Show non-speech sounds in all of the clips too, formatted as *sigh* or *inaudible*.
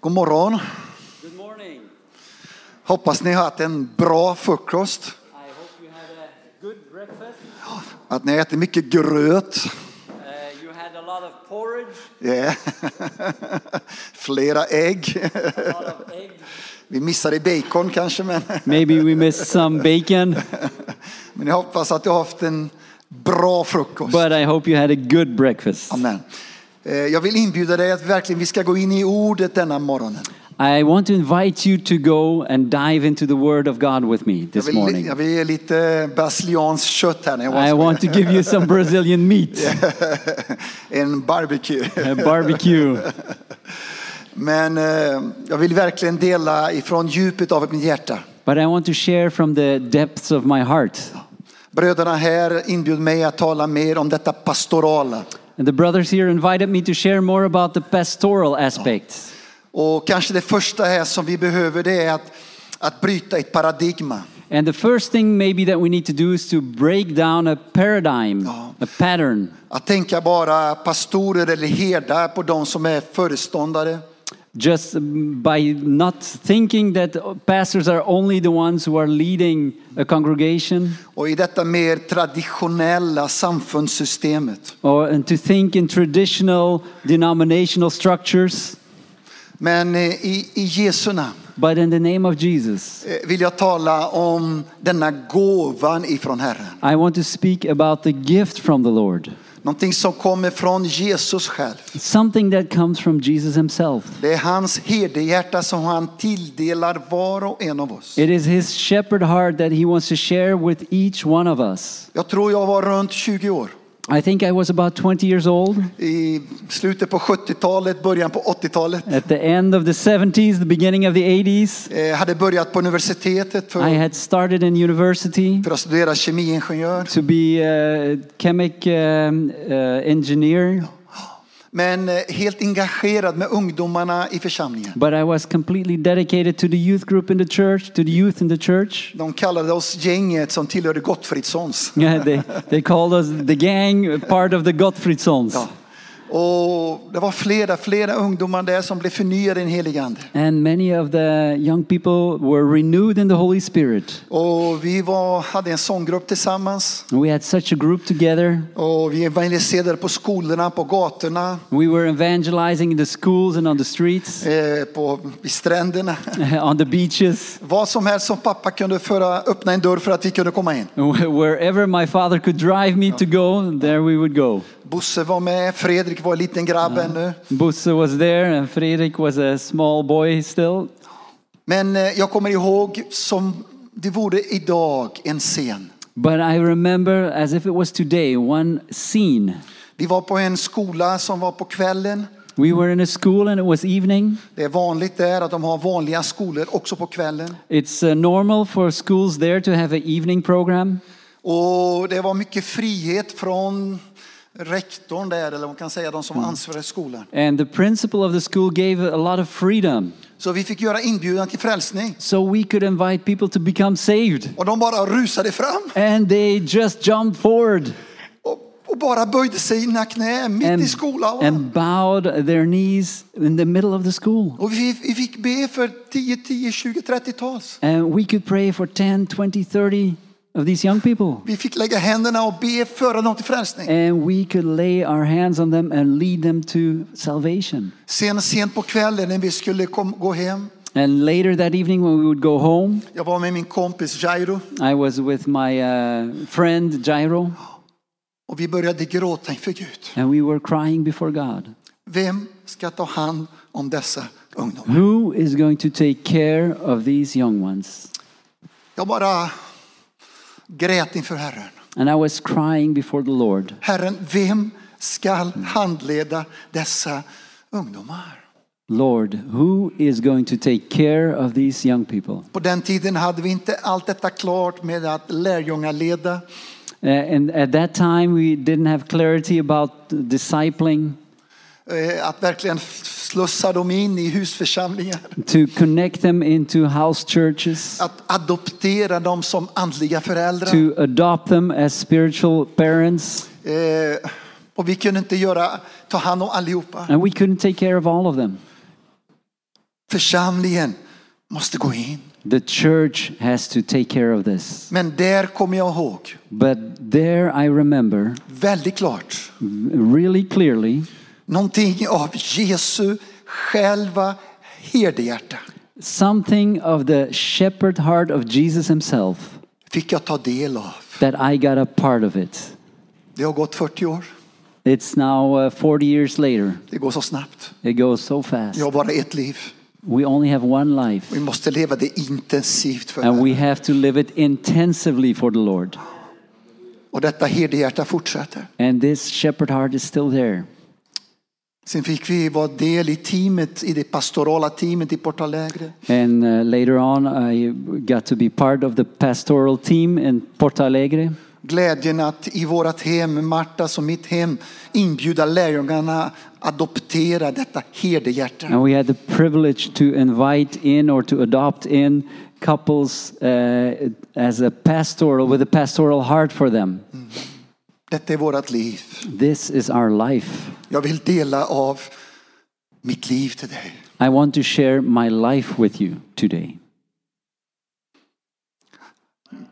God morgon. Good morning. Hoppas ni har haft en bra frukost. I hope you had a good breakfast. Att ni äter mycket gröt. Uh, you had a lot of porridge, Yeah. *laughs* Flera ägg. a lot of egg. Vi missade bacon kanske, men, Maybe we missed some bacon, men jag hoppas att du har haft en bra frukost. but I hope you had a good breakfast. Amen. Eh, Jag vill inbjuda dig att verkligen vi ska gå in i ordet denna morgonen. I want to invite you to go and dive into the Word of God with me Jag this vill, morning. jag vill ge lite brasiliansk kött här. När jag I var want to give you some Brazilian meat, *laughs* en barbecue. a barbecue. Men eh, jag vill verkligen dela ifrån djupet av mitt hjärta. But I want to share from the depths of my heart. Bröderna här inbjöd mig att tala mer om detta pastorala. And the brothers here invited me to share more about the pastoral aspects. Och kanske det första här som vi behöver det är att, att bryta ett paradigma. And the first thing maybe that we need to do is to break down a paradigm, Ja. a pattern. Att tänka bara pastorer eller herdar på de som är föreståndare. Just um, by not thinking that pastors are only the ones who are leading a congregation, Och i detta mer traditionella samfundssystemet. or and to think in traditional denominational structures. Men eh, i, i Jesu namn But in the name of Jesus, eh, vill jag tala om denna gåvan ifrån Herren. I want to speak about the gift from the Lord, Någonting som kommer från Jesus själv. something that comes from Jesus Himself. Det är hans herdehjärta som han tilldelar var och en av oss. It is His shepherd heart that He wants to share with each one of us. Jag tror jag var runt 20 år. I think I was about 20 years old. I slutet på 70-talet, början på 80-talet. At the end of the 70s, the beginning of the 80s, Eh, hade börjat på universitetet I för, had started in university för att studera kemiingenjör. to be a chemic um, uh, engineer, Men eh, helt engagerad med ungdomarna i församlingen. but I was completely dedicated to the youth group in the church, to the youth in the church. *laughs* De kallade oss gänget som tillhörde Gottfridssons. Yeah, they, they called us the gang, part of the Gottfriedsons. Ja. Och det var flera, flera ungdomar där som blev förnyade i den helige Ande. And many of the young people were renewed in the Holy Spirit. Och vi var, hade en sånggrupp tillsammans. We had such a group together. Och vi evangeliserade på skolorna, på gatorna, We were evangelizing in the schools and on the streets, *laughs* eh, på, vid stränderna. *laughs* on the beaches. Vad som helst som pappa kunde föra, öppna en dörr för att vi kunde komma in. Wherever my father could drive me to go, there we would go. Bosse var med, Fredrik var en liten grabb ännu. Busse was there, and Fredrik was a small boy still. Men eh, jag kommer ihåg som det vore idag en scen. But I remember, as if it was today, one scene. Vi var på en skola som var på kvällen. We were in a school, and it was evening. Det är vanligt där att de har vanliga skolor också på kvällen. It's uh, normal for schools there to have an evening program. Och det var mycket frihet från rektorn där, eller man kan säga de som var ansvariga i skolan. And the principal of the school gave a lot of freedom. Så vi fick göra inbjudan till frälsning. So we could invite people to become saved. Och de bara rusade fram And they just jumped forward och, och bara böjde sig i sina knä mitt i and, skolan. and bowed their knees in the middle of the school. Och vi, vi fick be för 10, 10, 20, 30-tals. And we could pray for 10, 20, 30 of these young people. Vi fick lägga händerna och be, föra dem till frälsning. And we could lay our hands on them and lead them to salvation. Sen, sent på kvällen när vi skulle kom, gå hem, And later that evening, when we would go home, jag var med min kompis Jairo I was with my uh, friend Jairo, och vi började gråta inför Gud. and we were crying before God. Vem ska ta hand om dessa ungdomar? Who is going to take care of these young ones? Jag bara grät inför Herren. And I was crying before the Lord. Herren, vem ska handleda dessa ungdomar? Lord, who is going to take care of these young people? På den tiden hade vi inte allt detta klart med att lärjungaleda. Uh, and at that time, we didn't have clarity about discipling. Eh, att verkligen f- slussa dem in i husförsamlingar. to connect them into house churches, Att adoptera dem som andliga föräldrar. to adopt them as spiritual parents, Eh, och vi kunde inte göra, ta hand om allihopa. and we couldn't take care of all of them. Församlingen måste gå in. The church has to take care of this. Men där kommer jag ihåg But there I remember väldigt klart really clearly någonting av Jesu själva herdehjärta. something of the shepherd heart of Jesus himself Fick jag ta del av. that I got a part of it. Det har gått 40 år. It's now uh, 40 years later. Det går så snabbt. It goes so fast. Jag har bara ett liv. We only have one life Vi måste leva det intensivt för and Herren. we have to live it intensively for the Lord. Och detta herdehjärta fortsätter. And this shepherd heart is still there. Sen fick vi vara del i teamet, i det pastorala teamet i Portalegre. And uh, later on, I got to be part of the pastoral team in Porto Alegre. Glädjen att i vårt hem, Martas och mitt hem, inbjuda lärjungarna adoptera detta herdehjärta. And we had the privilege to invite in or to adopt in couples uh, as a pastoral, with a pastoral heart for them. Detta är vårt liv. This is our life. Jag vill dela av mitt liv till dig. I want to share my life with you today.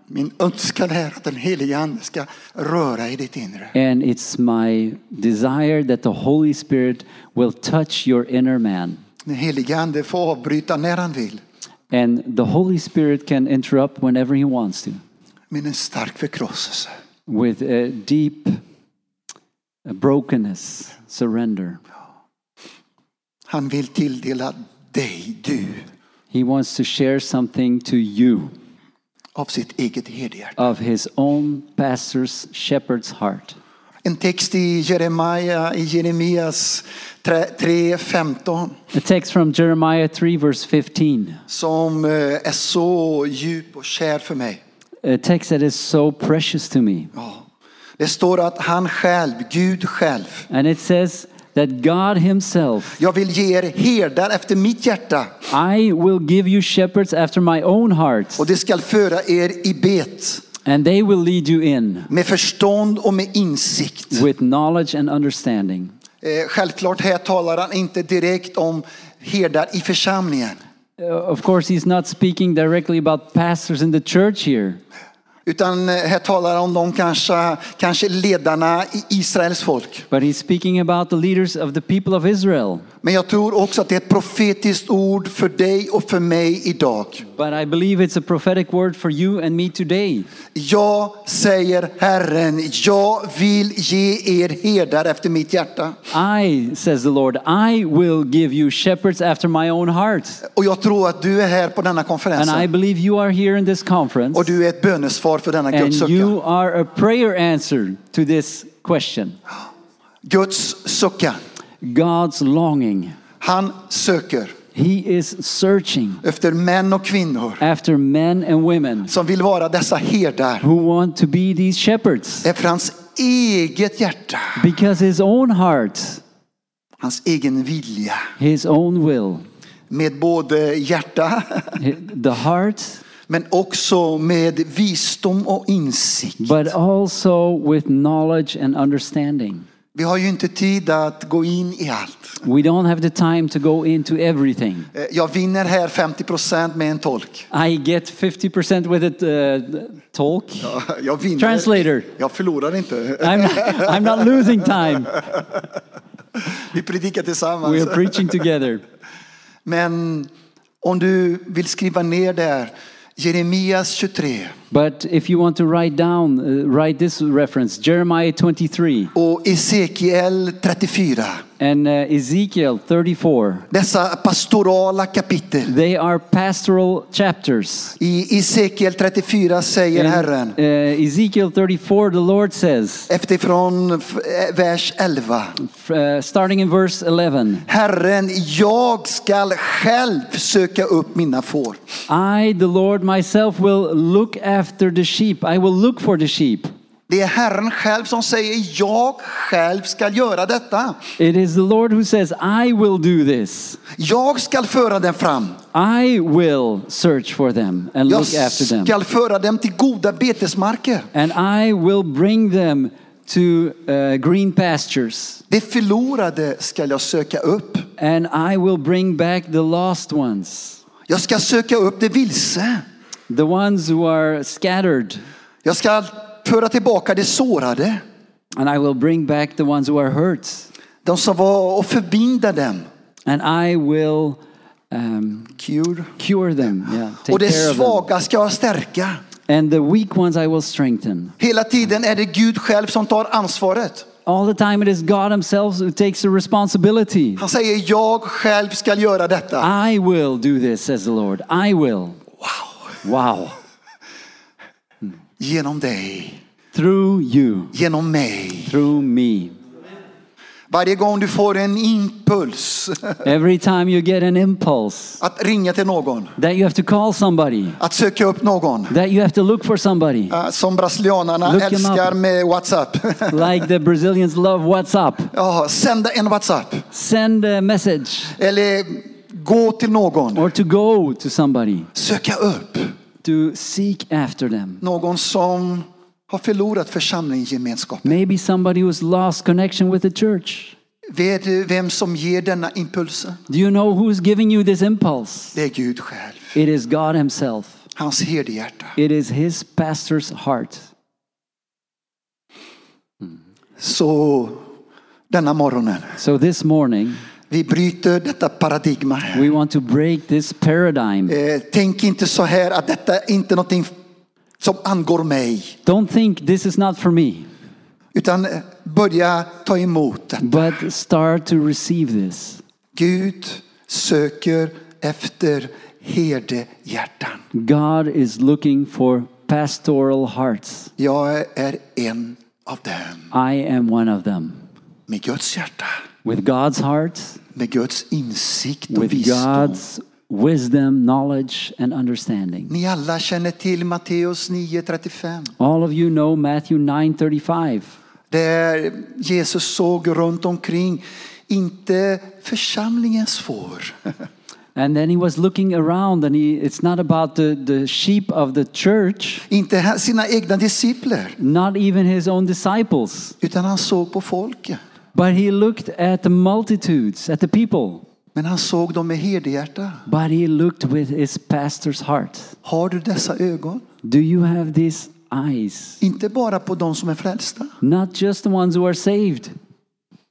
Min önskan är att den helige Ande ska röra i ditt inre. And it's my desire that the Holy Spirit will touch your inner man. Den helige Ande får avbryta när han vill. And the Holy Spirit can interrupt whenever He wants to Men en stark förkrosselse. with a deep uh, brokenness, surrender. Han vill tilldela dig, du, He wants to share something to you av sitt eget herdehjärta. of His own pastor's shepherd's heart. En text i Jeremia, i Jeremias 3.15 A text from Jeremiah 3, verse 15, som eh, är så djup och kär för mig. a text that is so precious to me. Ja. Det står att han själv, Gud själv, And it says that God Himself, jag vill ge er herdar efter mitt hjärta I will give you shepherds after my own heart, och det skall föra er i bet and they will lead you in med förstånd och med insikt. with knowledge and understanding. Eh, Självklart här talar han inte direkt om herdar i församlingen Uh, of course, He's not speaking directly about pastors in the church here, utan eh, här talar han om de kanske, kanske ledarna i Israels folk. but He's speaking about the leaders of the people of Israel. Men jag tror också att det är ett profetiskt ord för dig och för mig idag. But I believe it's a prophetic word for you and me today. Jag säger Herren, jag vill ge er herdar efter mitt hjärta. I, says the Lord, I will give you shepherds after my own heart. Och jag tror att du är här på denna And I konferensen believe you are here in this conference. och du är ett bönesvar för denna And Guds suckan. you are a prayer answer to this question Guds suckan. God's longing. Han söker He is searching efter män och kvinnor after men and women som vill vara dessa herdar who want to be these shepherds efter hans eget hjärta, because his own heart, hans egen vilja. his own will, Med både hjärta the heart, men också med visdom och insikt. but also with knowledge and understanding. Vi har ju inte tid att gå in i allt. We don't have the time to go into everything. Eh, Jag vinner här 50 med en tolk. *laughs* I get 50% with it, uh, talk. Jag vinner. Translator. Jag förlorar *laughs* inte. I'm not, I'm not losing time. Vi predikar We are tillsammans. preaching together. Men om du vill skriva ner där, Jeremias 23 But if you want to write down, uh, write this reference Jeremiah 23 och Esekiel 34. and uh, Ezekiel 34. Dessa pastorala kapitel. They are pastoral chapters. I Esekiel 34 säger In, Herren, uh, Ezekiel 34, the Lord says, efterifrån eh, vers 11. f- uh, starting in verse 11, Herren, jag skall själv söka upp mina får. I, the Lord myself, will look after the sheep. I will look for the sheep. Det är Herren själv som säger jag själv ska göra detta. It is the Lord who says, I will do this. Jag ska föra dem fram. I will search for them and Jag look after them. ska föra dem till goda betesmarker. And I will bring them to uh, green pastures, Det förlorade skall jag söka upp. and I will bring back the lost ones, Jag ska söka upp det vilse. the ones who are scattered, Jag ska föra tillbaka det sårade. and I will bring back the ones who are hurt, De som var och förbinda dem. and I will um, Cure. cure them, yeah, Och take det care of them, svaga ska jag stärka. and the weak ones I will strengthen. Hela tiden är det Gud själv som tar ansvaret. All the time, it is God Himself who takes the responsibility. Han säger jag själv ska göra detta. I will do this, says the Lord. I will. Wow. Wow. Genom dig. Through you, Genom mig. through me. Varje gång du får en impuls Every time you get an impulse att ringa till någon, that you have to call somebody, att söka upp någon. that you have to look for somebody, eh, Som brasilianarna Look him älskar up. med WhatsApp. *laughs* like the Brazilians love WhatsApp, Ja, sända en WhatsApp. send a message Eller gå till någon. or to go to somebody, Söka upp to seek after them. någon som har förlorat församlingsgemenskapen. Maybe somebody who's lost connection with the church. Vet du vem som ger denna impulsen? Do you know who's giving you this impulse? Det är Gud själv. It is God Himself, Hans herdehjärta. it is His pastor's heart. Så denna morgonen, So this morning, vi bryter detta paradigma. we want to break this paradigm. Eh, tänk inte så här att detta är inte någonting som angår mig. Don't think this is not for me, Utan eh, börja ta emot det. but start to receive this. Gud söker efter herdehjärtan. God is looking for pastoral hearts. Jag är en av dem. I am one of them. Med Guds hjärta. With God's heart, Med Guds insikt och with visdom. God's wisdom, knowledge, and understanding. Ni alla känner till Matteus 9.35. All of you know Matthew 9:35. Där Jesus såg runt omkring, inte församlingens får. And then he was looking around, and he, it's not about the, the sheep of the church, Inte sina egna discipler. not even his own disciples. Utan han såg på folket. But he looked at the multitudes, at the people, Men han såg dem med herdehjärta. but he looked with his pastor's heart. Har du dessa ögon? Do you have these eyes? Inte bara på de som är frälsta. Not just the ones who are saved,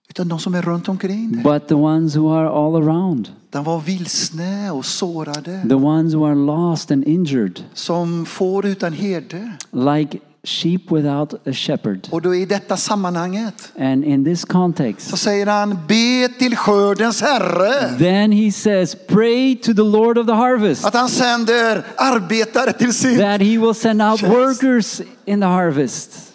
Utan de som är runt omkring dig. but the ones who are all around, De var vilsna och sårade. the ones who are lost and injured, Som får utan herde. like sheep without a shepherd. Och då i detta sammanhanget And in this så context, säger han be till skördens herre. then he says, Pray to the Lord of the harvest Att han sänder arbetare till sin that he will send out Yes. workers in the harvest.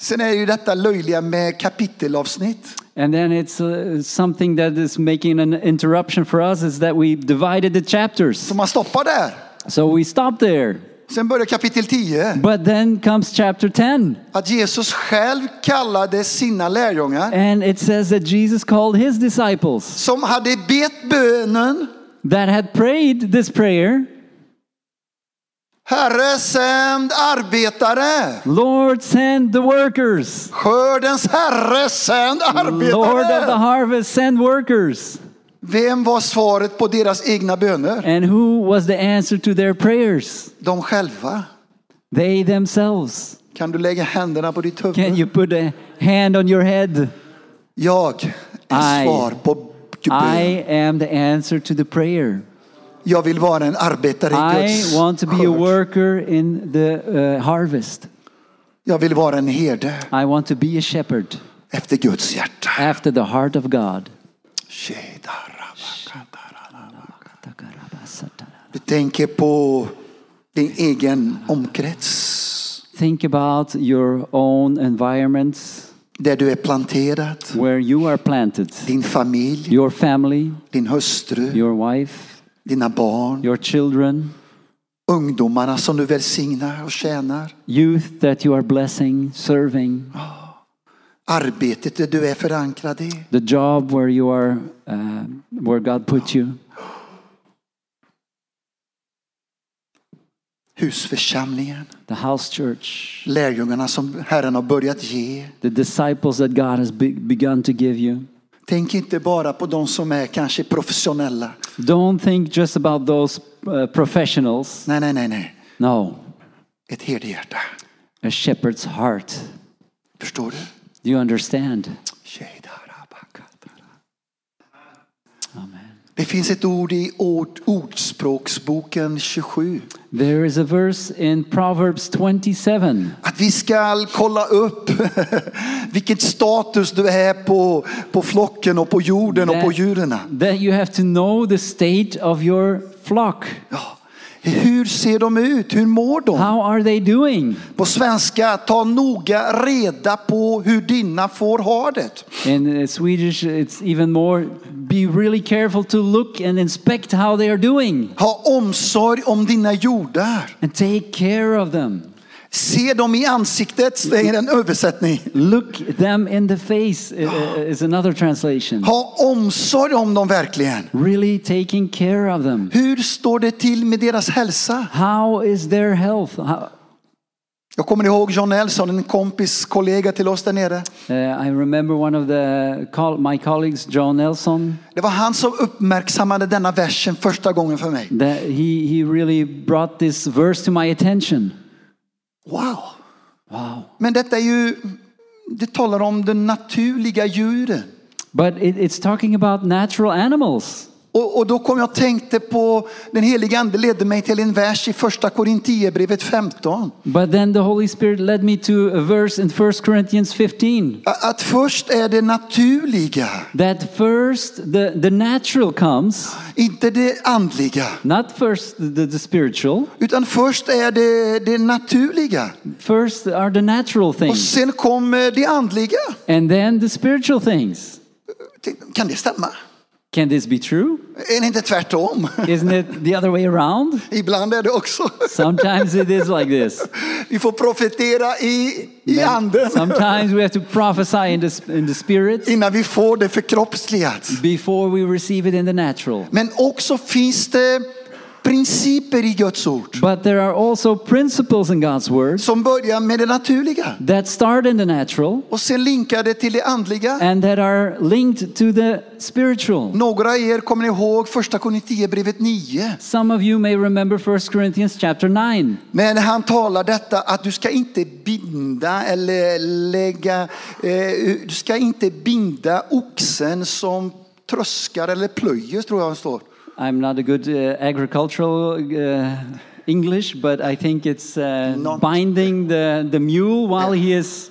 Sen är ju detta löjliga med kapitelavsnitt. And then it's uh, something that is making an interruption for us is that we divided the chapters. Så man stoppar där. So we stop there. Sen börjar kapitel 10. But then comes chapter 10. Att Jesus själv kallade sina lärjungar And it says that Jesus called his disciples som hade bett bönen. that had prayed this prayer Herre, sänd arbetare. Lord, send the workers. Skördens herre, sänd Lord of the arbetare. harvest, send workers. Vem var svaret på deras egna böner? And who was the answer to their prayers? De själva. They themselves. Kan du lägga händerna på ditt Can huvud? you put a hand on your head? Jag är I- svar på I bön. am the answer to the prayer. Jag vill vara en arbetare i I Guds want to be a skörd. worker in the uh, harvest. Jag vill vara en herde. I want to be a shepherd efter Guds hjärta. after the heart of God. Du tänker på din egen omkrets, Think about your own environment där du är planterad, where you are planted. din familj, Your family, din hustru, your wife, dina barn, your children, ungdomarna som du välsignar och tjänar, youth that you are blessing, serving, arbetet där du är förankrad i. the job where you are, uh, where God put you. husförsamlingen, the house church, lärjungarna som Herren har börjat ge. the disciples that God has be- begun to give you. Tänk inte bara på de som är kanske professionella. Don't think just about those uh, professionals. Nej, nej, nej, nej. No, Ett herdehjärta. a shepherd's heart. Förstår du? Do you understand? Sheidarabakatara. Amen. Det finns ett ord i ord, Ordspråksboken 27. There is a verse in Proverbs 27 Att vi ska kolla upp *laughs* vilket status du är på, på flocken och på jorden och på djuren. that you have to know the state of your flock. Ja. Hur ser de ut? Hur mår de? How are they doing? På svenska, ta noga reda på hur dina får har det. In uh, Swedish, it's even more be really careful to look and inspect how they are doing Ha omsorg om dina jordar. and take care of them. Se dem i ansiktet, säger en översättning. Look them in the face i- i- is another translation. Ha omsorg om dem verkligen. Really taking care of them. Hur står det till med deras hälsa? How is their health? How, Jag kommer ihåg John Nelson, en kompis, kollega till oss där nere. uh, I remember one of the col- my colleagues, John Nelson, Det var han som uppmärksammade denna versen första gången för mig. that he, he really brought this verse to my attention. Wow! Wow. Men detta är ju, det talar om de naturliga djuren. But it, it's talking about natural animals. Och, och då kom jag och tänkte på, den heliga ande ledde mig till en vers i första Korintierbrevet 15. But then the Holy Spirit led me to a verse in 1 Corinthians 15 A- Att först är det naturliga, that first the, the natural comes, inte det andliga. not first the, the spiritual, Utan först är det det naturliga first are the natural och things, sen kommer det andliga. and then the spiritual things. Tänkte, Kan det stämma? Can this be true? Är det inte tvärtom? *laughs* Isn't it the other way around? Ibland är det också. Sometimes it is like this. Vi får profetera i, i anden Sometimes we have to prophesy in the, in the spirit innan vi får det förkroppsligat. before we receive it in the natural. Men också finns det principer i Guds ord But there are also principles in God's word som börjar med det naturliga that start in the natural och sen linkar det till det andliga. and that are linked to the spiritual. Några av er kommer ihåg första Korintierbrevet 9. Some of you may remember 1 Corinthians chapter 9 Men han talar detta att du ska inte binda eller lägga, eh, du ska inte binda oxen som tröskar eller plöjer tror jag det står. I'm not a good uh, agricultural uh, English, but I think it's uh, Not- binding the, the mule while he is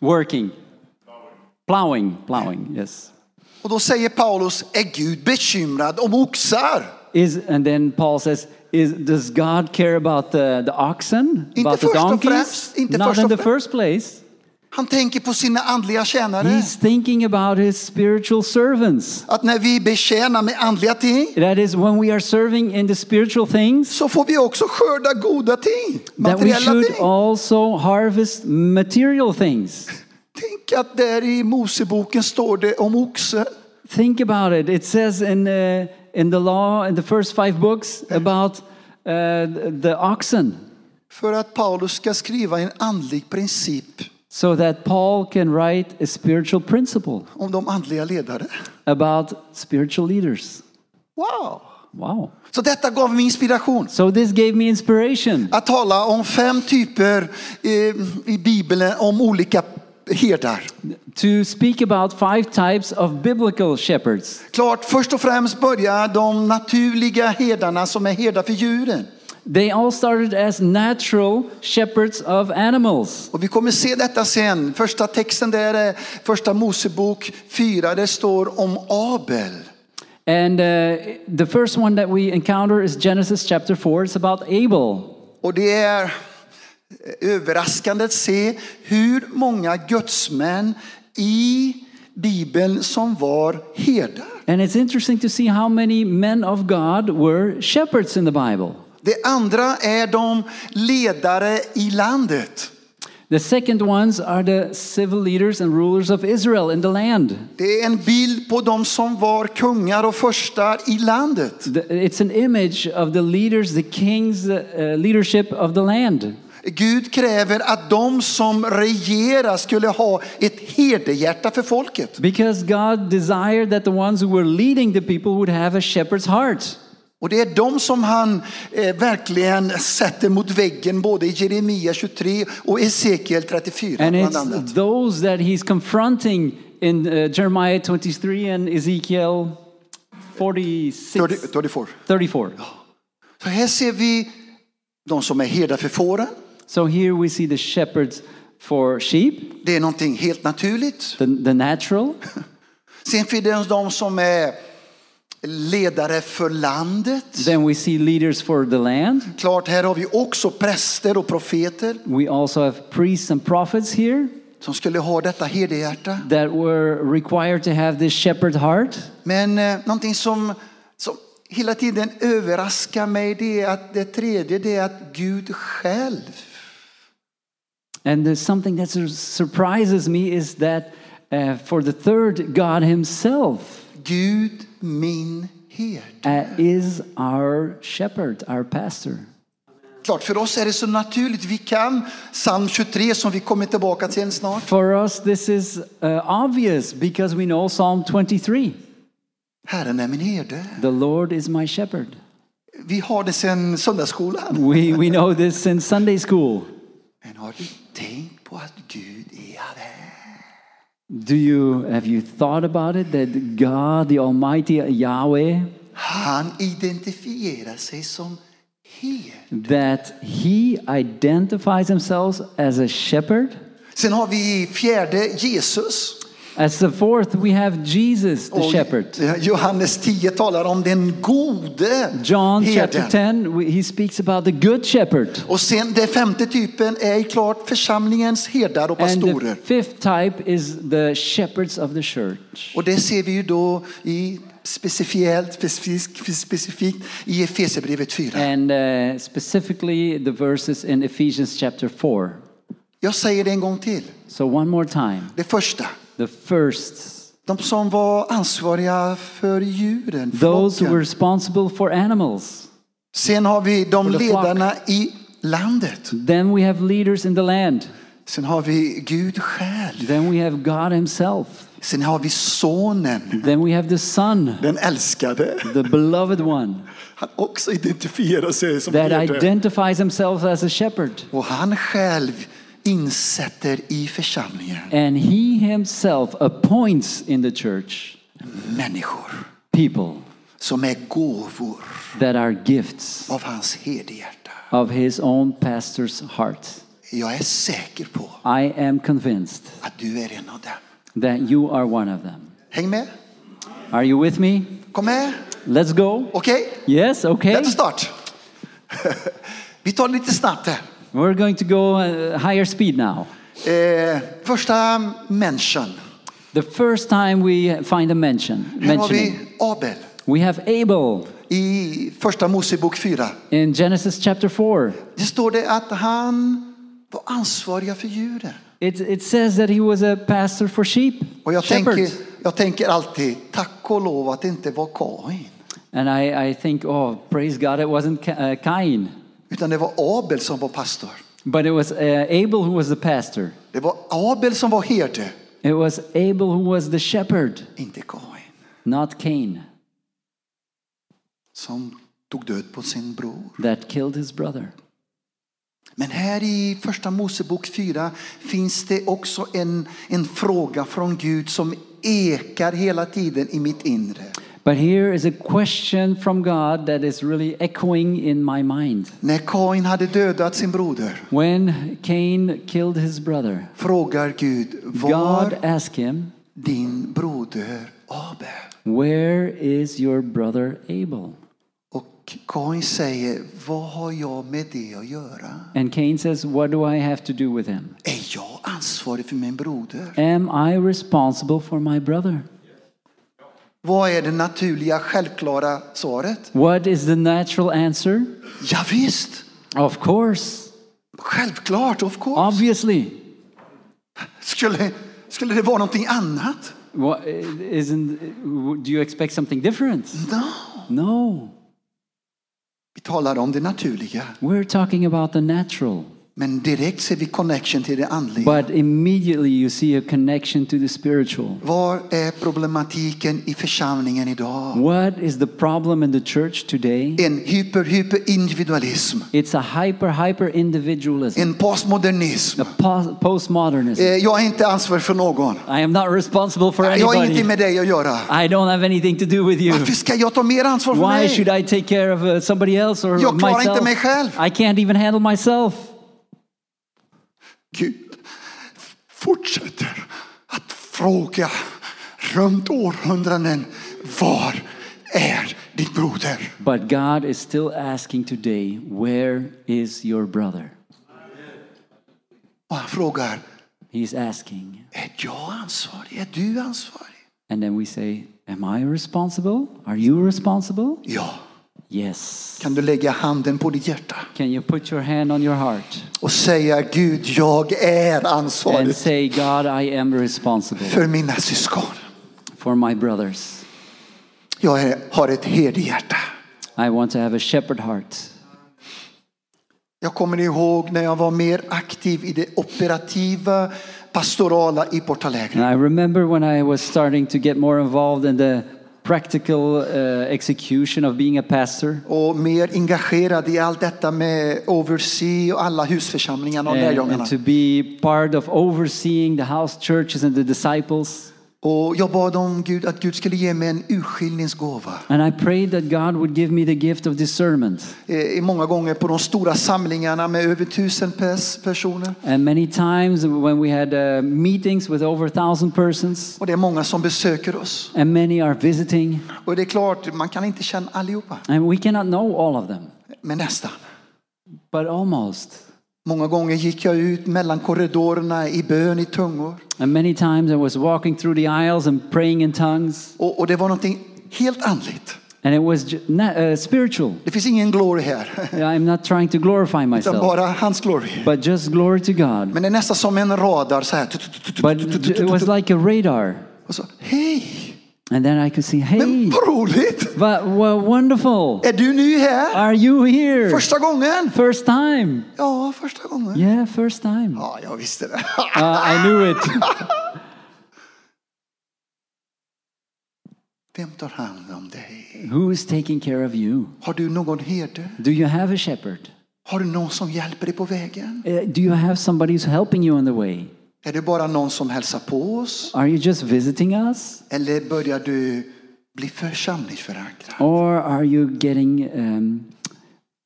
working. Plowing, plowing, yes. Och då säger Paulus, är Gud bekymrad om oxar? Is, and then Paul says, is, does God care about the, the oxen, Inte about the först och donkeys? främst, inte Not först in och the främst. first place. Han tänker på sina andliga tjänare. He's thinking about his spiritual servants. Att när vi betjänar med andliga ting That is, when we are serving in the spiritual things, så får vi också skörda goda ting, that we materiella should ting. also harvest material things. Tänk att där i Moseboken står det om oxen. Think about it. It says in the, in the law, in the first five books, about uh, the oxen, För att Paulus ska skriva en andlig princip so that Paul can write a spiritual principle om de andliga ledare. about spiritual leaders. Wow! Wow. Så detta gav mig inspiration. So this gave me inspiration Att tala om fem typer eh, i Bibeln om olika herdar. to speak about five types of biblical shepherds. Klart, först och främst börjar de naturliga herdarna som är herdar för djuren. They all started as natural shepherds of animals. Och vi kommer se detta sen. Första texten där är första Mosebok 4. Där står om Abel. And uh, the first one that we encounter is Genesis chapter 4. It's about Abel. Och det är eh, överraskande att se hur många gudsmän i Bibeln som var herdar. And it's interesting to see how many men of God were shepherds in the Bible. Det andra är de ledare i landet. The second ones are the civil leaders and rulers of Israel in the land. Det är en bild på de som var kungar och förstar i landet. The- It's an image of the leaders, the kings, uh, leadership of the land. Gud kräver att de som regerar skulle ha ett herdehjärta för folket. Because God desired that the ones who were leading the people would have a shepherd's heart. Och det är de som han eh, verkligen sätter mot väggen både i Jeremia 23 och Esekiel 34. And Bland it's annat. those that he's confronting in uh, Jeremiah 23 and Ezekiel 46, 30, 34. 34. Så här ser vi de som är herdar för fåren. So here we see the shepherds for sheep, Det är någonting helt naturligt. the, the natural. Sen finns de som är ledare för landet. then we see leaders for the land. Klart, här har vi också präster och profeter We also have priests and prophets here som skulle ha detta herdehjärta. that were required to have this shepherd heart. Men eh, någonting som, som hela tiden överraskar mig det är att det tredje det är att Gud själv And there's something that sur- surprises me is that uh, for the third, God Himself Gud min herd. uh, is our shepherd, our pastor. Klart, för oss är det så naturligt. Vi kan psalm 23 som vi kommer tillbaka till snart. For us, this is uh, obvious because we know Psalm 23 Herren är min herde. The Lord is my shepherd. Vi har det sedan söndagsskolan. We, we know this in Sunday school. Men har du tänkt på att Gud är Herre? Do you have you thought about it that God the Almighty Yahweh Han identifierar sig som herd. that he identifies himself as a shepherd? Sen har vi fjärde Jesus. As the fourth we have Jesus the Och shepherd. Johannes 10 talar om den gode John herden. chapter 10 we- he speaks about the good shepherd. Och sen den femte typen är klart församlingens herdar och And pastorer. the fifth type is the shepherds of the church. Och det ser vi ju då i speciellt, specifikt, specifikt i Efesierbrevet 4. And uh, specifically the verses in Ephesians chapter 4. Jag säger det en gång till. So one more time. Det första. The first De som var ansvariga för djuren, those who flocken. were responsible for animals. Sen har vi de the flock. ledarna i landet. Then we have leaders in the land. Sen har vi Gud själv. Then we have God Himself. Sen har vi sonen, Then we have the Son, den älskade. the beloved one, Han också identifierar sig som that herde. identifies Himself as a shepherd. Och han själv insätter i församlingen And He Himself appoints in the church människor people som är gåvor that are gifts av hans herdehjärta. of His own pastor's heart. Jag är säker på I am convinced att du är en av dem. that you are one of them. Häng med. Are you with me? Kom med. Let's go. Okej? Yes, okay. Let's start. *laughs* Vi tar det lite snabbt här. We're going to go uh, higher speed now. Eh, första människan. The first time we find a mention, Här har vi mentioning, Abel we have Abel i första Mosebok 4. in Genesis chapter 4. Det står det att han var ansvarig för djuren. It, it says that he was a pastor for sheep, Och jag tänker, shepherds. jag tänker alltid, tack och lov att det inte var Kain. And I, I think, oh, praise God, it wasn't Ca- uh, Cain, Utan det var Abel som var pastor. but it was uh, Abel who was the pastor. Det var Abel som var herde, It was Abel who was the shepherd, inte Kain. not Cain, Som tog död på sin bror. that killed his brother. Men här i första Mosebok 4 finns det också en, en fråga från Gud som ekar hela tiden i mitt inre. But here is a question from God that is really echoing in my mind. När Kain hade dödat sin broder When Cain killed his brother, frågar Gud, var God asked him, din broder Abel? Where is your brother Abel? Och Kain säger, vad har jag med det att göra? And Cain says, What do I have to do with him? Är jag ansvarig för min broder? Am I responsible for my brother? Vad är det naturliga, självklara svaret? What is the natural answer? Ja, visst, Of course. Självklart, of course. Obviously. Skulle, skulle det vara någonting annat? What, isn't, do you expect something different? No. No. Vi talar om det naturliga. We're talking about the natural. Men direkt ser vi connection till det andliga. But immediately you see a connection to the spiritual. Var är problematiken i församlingen idag? What is the problem in the church today? En hyper, hyper individualism. It's a hyper, hyper individualism, En postmodernism. a po- postmodernism. Eh, Jag är inte ansvarig för någon. I am not responsible for Jag har ingenting anybody. med dig att göra. I don't have anything to do with you. Varför ska jag ta mer ansvar för Why should mig? I take care of uh, somebody else or Jag klarar inte myself? mig själv. I can't even handle myself. Gud fortsätter att fråga runt århundraden. Var är din broder? But God is still asking today, where is your brother? Och han frågar, He's asking. är jag ansvarig? Är du ansvarig? And then we say, am I responsible? Are you responsible? Ja. Yes. Kan du lägga handen på ditt hjärta Can you put your hand on your heart och säga Gud, jag är ansvarig and say, God, I am responsible för mina syskon. for my brothers. Jag är, har ett herdehjärta. I want to have a shepherd heart. Jag kommer ihåg när jag var mer aktiv i det operativa pastorala i And Portalegre. I remember when I was starting to get more involved in the practical uh, execution of being a pastor. Och mer engagerad i allt detta med Oversee och alla husförsamlingarna och And, and lärjungarna. to be part of overseeing the house churches and the disciples. Och jag bad om Gud att Gud skulle ge mig en urskiljningsgåva. And I prayed that God would give me the gift of discernment. Eh, många gånger på de stora samlingarna med över tusen pers- personer. And many times when we had uh, meetings with over a thousand persons, Och det är många som besöker oss. and many are visiting, Och det är klart, man kan inte känna allihopa. and we cannot know all of them, Men nästan. but almost. Många gånger gick jag ut mellan korridorerna i bön i tungor. And many times I was walking through the aisles and praying in tongues, Och, och det var någonting helt andligt. and it was ju- na- uh, spiritual. Det finns ingen glory här, *laughs* I'm not trying to glorify utan myself, bara hans glory. but just glory to God. Men det är nästan som en radar så här. *laughs* But ju- it was like a radar. Och så, hej! And then I could see, hey, Men vad roligt! but, well, wonderful. Är du ny här? Are you here? Första gången? First time. Ja, första gången. Yeah, first time. Uh, Ja, jag visste det. *laughs* I knew it. *laughs* Vem tar hand om dig? Who is taking care of you? Har du någon herde? Do you have a shepherd? Har du någon som hjälper dig på vägen? Uh, Do you have somebody who's helping you on the way? Är det bara någon som hälsar på oss? Are you just visiting us? Eller börjar du bli församlingsförankrad? Or are you getting um,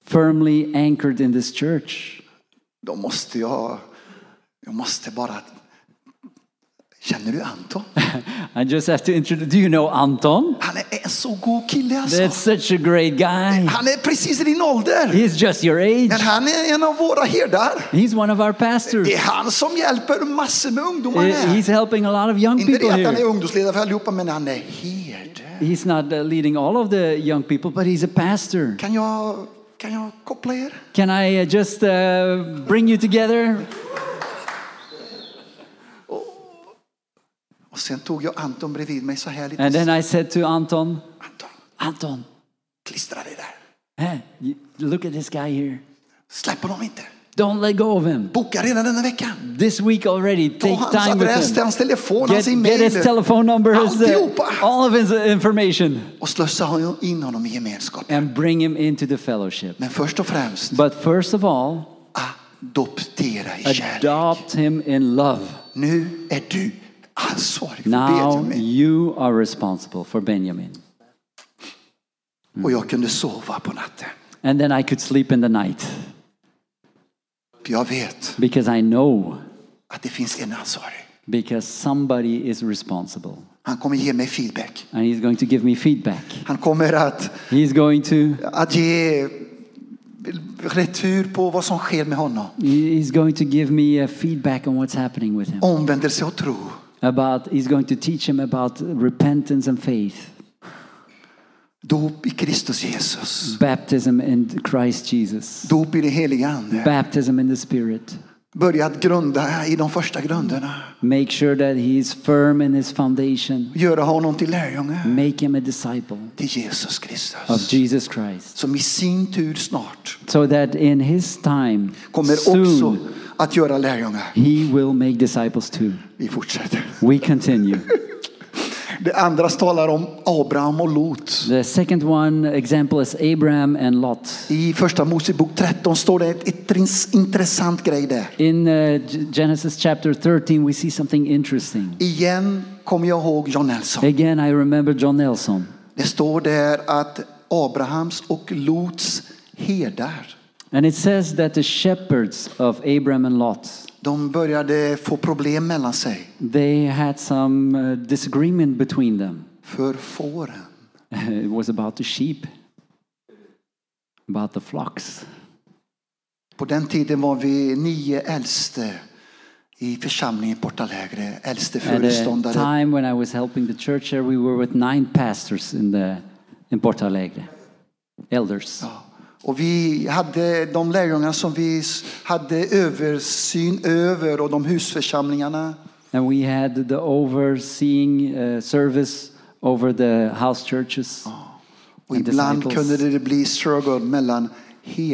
firmly anchored in this church? Då måste jag... Jag måste bara... Känner du Anton? I just have to introduce. Do you know Anton? Han är en så god kille alltså. That's such a great guy. Han är precis i din ålder. He's just your age. Men han är en av våra herdar. He's one of our pastors. Det är han som hjälper massor med ungdomar Uh, här. He's helping a lot of young Inte det people att han är here. ungdomsledare för allihopa, men han är herde. He's not uh, leading all of the young people, but he's a pastor. Kan jag, kan jag koppla er? Can I uh, just uh, bring you together? Och sen tog jag Anton bredvid mig så här lite. And then I said to Anton, Anton, Anton, klistra dig där. eh, you- look at this guy here. Släpp honom inte. Don't let go of him. Boka redan denna veckan. This week already, Ta take hans time adress, with till him. hans telefon, Get, hans get his e-mail. telephone number, his, uh, Alltihopa. all of his uh, information, Och slussa hon- in honom i gemenskapen. and bring him into the fellowship. Men först och främst, But first of all, adoptera i kärlek. adopt him in love. Nu är du ansvarig för Now Benjamin. you are responsible for Benjamin. Och jag kunde sova på natten. And then I could sleep in the night För jag vet because I know, att det finns en ansvarig. because somebody is responsible. Han kommer ge mig feedback. And he's going to give me feedback. Han kommer att, He's going to att ge retur på vad som sker med honom. He's going to give me uh, feedback on what's happening with him. Omvändelse och tro. About he's going to teach him about repentance and faith. Dop i Kristus Jesus. baptism in Christ Jesus, Dop i den heliga Ande. baptism in the Spirit. Börja att grunda i de första grunderna. Make sure that he is firm in his foundation. Göra honom till lärjunge. Make him a disciple Till Jesus of Kristus. Jesus Christ. Som i sin tur snart So that in his time, kommer också soon, att göra lärjungar. he will make disciples too. Vi fortsätter. We continue. Det andra talar om Abraham och Lot. The second one example is Abraham and Lot. I första Mosebok 13 står det ett, ett trins- intressant grej där. In uh, G- Genesis chapter 13, we see something interesting. Igen kommer jag ihåg John Nelson. Again, I remember John Nelson. Det står där att Abrahams och Lots herdar, And it says that the shepherds of Abraham and Lot, de började få problem mellan sig they had some uh, disagreement between them. *laughs* för fåren. it was about the sheep, about the flocks. På den tiden var vi nio äldste i församlingen i Portalägre, äldste At a föreståndare. time when I was helping the church there, we were with nine pastors in, the, in Porto Alegre, elders. Ja. Och vi hade de lärjungar som vi s- hade översyn över och de husförsamlingarna. And we had the overseeing uh, service over the house churches. Och And ibland disciples. kunde det bli struggle mellan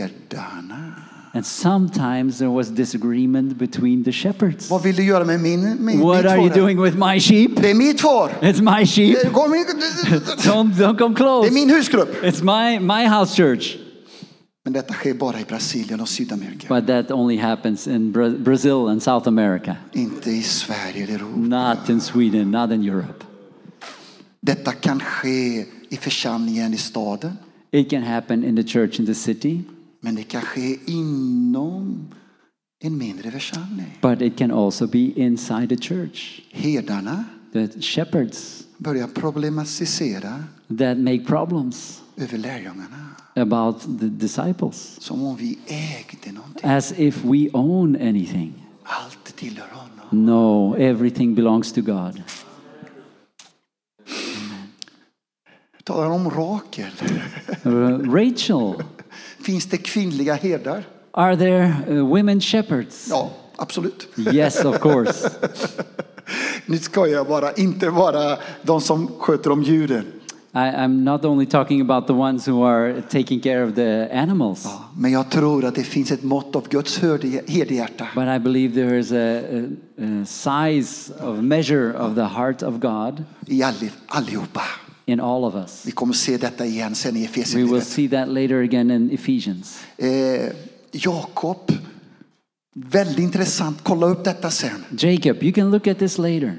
herdarna. And sometimes there was disagreement between the shepherds. Vad vill du göra med min, min mitt What are hår you här? doing with my sheep? Det är mitt hår! It's my sheep. Det går min- Don't, don't come det är close. min husgrupp! It's my, my house church. Men detta sker bara i Brasilien och Sydamerika. But that only happens in Bra- Brazil and South America, Inte i Sverige eller Europa. not in Sweden, not in Europe. Detta kan ske i församlingen i staden. It can happen in the church in the city, Men det kan ske inom en mindre församling. but it can also be inside the church. Herdarna The shepherds börjar problematisera that make problems över lärjungarna. about the disciples Som om vi ägde någonting. as if we own anything. Allt tillhör honom. No, everything belongs to God. Talar om Rakel. Uh, Rachel, Finns det kvinnliga herdar? are there uh, women shepherds? Ja, absolut. Yes, of course. Nu ska jag bara, inte bara de som sköter om djuren. I, I'm not only talking about the ones who are taking care of the animals. Men jag tror att det finns ett mått av Guds herde- herdehjärta. But I believe there is a, a, a size of measure of the heart of God I all- allihopa. in all of us. Vi kommer se detta igen sen i We will Efesierbrevet. see that later again in Ephesians. Eh, Jakob. Väldigt intressant. Kolla upp detta sen. Jacob, you can look at this later.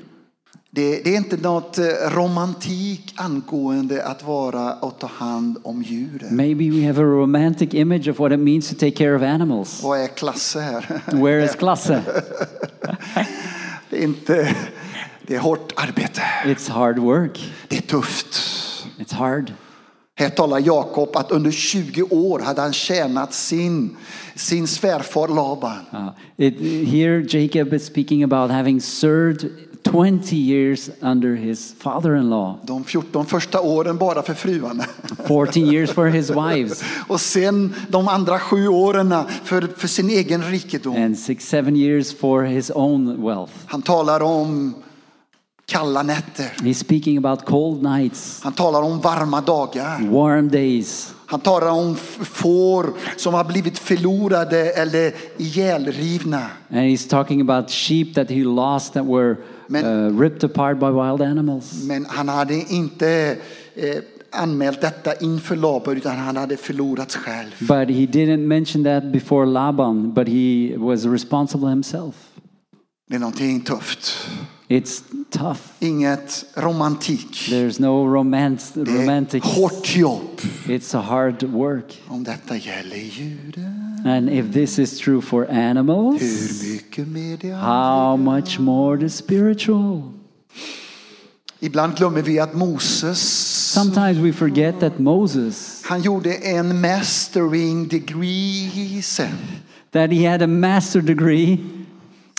Det, det är inte något eh, romantik angående att vara och ta hand om djuren. Maybe we have a romantic image of what it means to take care of animals. Vad är klasse här? *laughs* Where is Klasse? Det är, inte, det är hårt arbete. It's hard work. Det är tufft. It's hard. Här talar Jakob att under 20 år hade han tjänat sin, sin svärfar Laban. Uh, it, here, Jacob is speaking about having served 20 years under his father in law, De 14 första åren bara för fruarna. 14 years for his wives. Och sen de andra sju åren för, för sin egen rikedom. and six, seven years for his own wealth. Han talar om kalla nätter. He's speaking about cold nights, Han talar om varma dagar. warm days. Han talar om f- får som har blivit förlorade eller ihjälrivna. And he's talking about sheep that he lost that were Men- uh, ripped apart by wild animals. Men han hade inte eh, anmält detta inför Laban utan han hade förlorat själv. But he didn't mention that before Laban, but he was responsible himself. Det är någonting tufft. It's tough. Inget romantik. There's no romance, Det är romantic. Hårt jobb. It's a hard work. Om detta gäller djuren, And if this is true for animals, hur mycket mer det är. how much more the spiritual? Ibland glömmer vi att Moses, Sometimes we forget that Moses han gjorde en mastering degree sen. that he had a master degree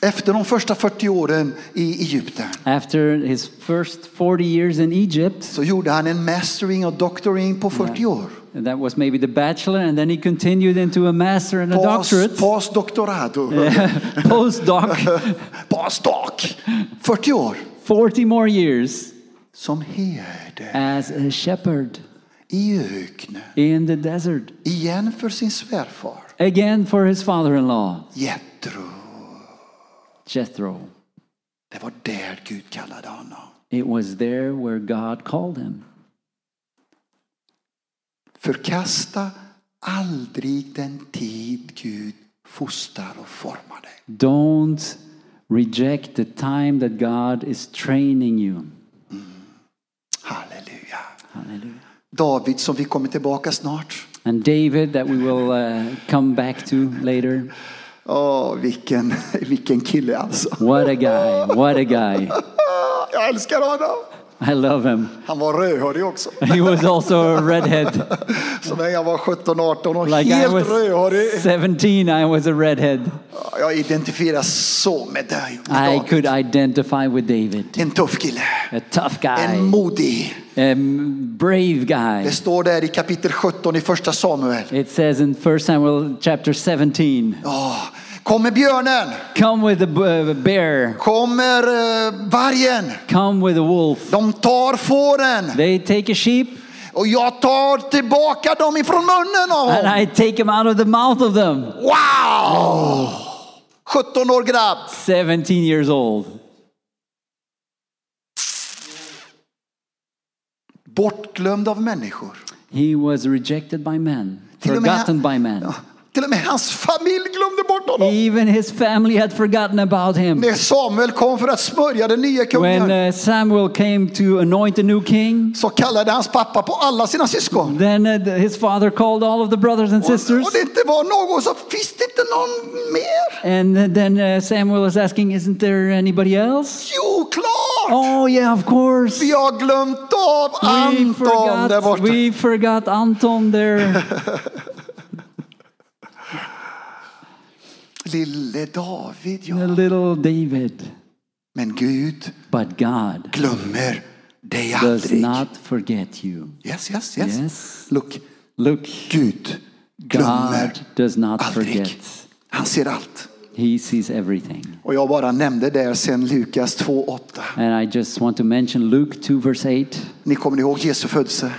Efter de första 40 åren i Egypten After his first 40 years in Egypt, så gjorde han en mastering och doctoring på 40 år. and that was maybe the bachelor, and then he continued into a master and a Pos, doctorate, pos doctorado. *laughs* postdoc, Postdoc. 40 år. 40 more years Som herde as a shepherd i öknen. in the desert, Igen för sin svärfar. again for his father in law, Jetro. Jethro. Det var där Gud kallade honom. It was there where God called him. Förkasta aldrig den tid Gud fostrar och formar dig. Don't reject the time that God is training you. Halleluja. Hallelujah. David som vi kommer tillbaka snart. And David, that we will uh, come back to later. Åh, vilken, vilken kille alltså. Ah, What a guy. What a guy. Jag älskar honom. I love him. Han var rödhårig också. He was also a redhead. Så när jag var 17-18 och Like I helt was rödhårig. 17, I was a redhead. Jag identifieras så med dig. med I David. could identify with David. En tuff kille. A tough En guy, modig. a brave guy. Det står där i kapitel 17 i första Samuel. It says in 1 Samuel chapter 17 Ja, kommer björnen. Come with the b- uh, bear, Kommer eh, vargen. come with the wolf. De tar fåren. They take a sheep, Och jag tar tillbaka dem ifrån munnen av and honom. I take him out of the mouth of them. Wow! Oh. 17 år grabb. 17 years old. Bortglömd av människor. He was rejected by men, Till och med- forgotten by men. Ja, Till och med hans familj glömde bort honom. Even his family had forgotten about him. När Samuel kom för att smörja den nya kungen When uh, Samuel came to anoint a new king, så kallade hans pappa på alla sina syskon. then uh, th- his father called all of the brothers and sisters. Och det inte var någon så finns det inte någon mer? And uh, then uh, Samuel is asking, Isn't there anybody else? Jo, klart! Oh, yeah, of course. Vi har glömt av We Anton där forgot, borta. we forgot Anton there. Lille David, ja. the little David. Men Gud But God glömmer dig does aldrig. not forget you. Yes, yes, yes. Yes. Look, Look, Gud glömmer God does not aldrig. forget. Han ser allt. He sees everything. Och jag bara nämnde där sen Lukas 2.8. And I just want to mention Luke 2, verse 8. Ni kommer ihåg Jesu födelse.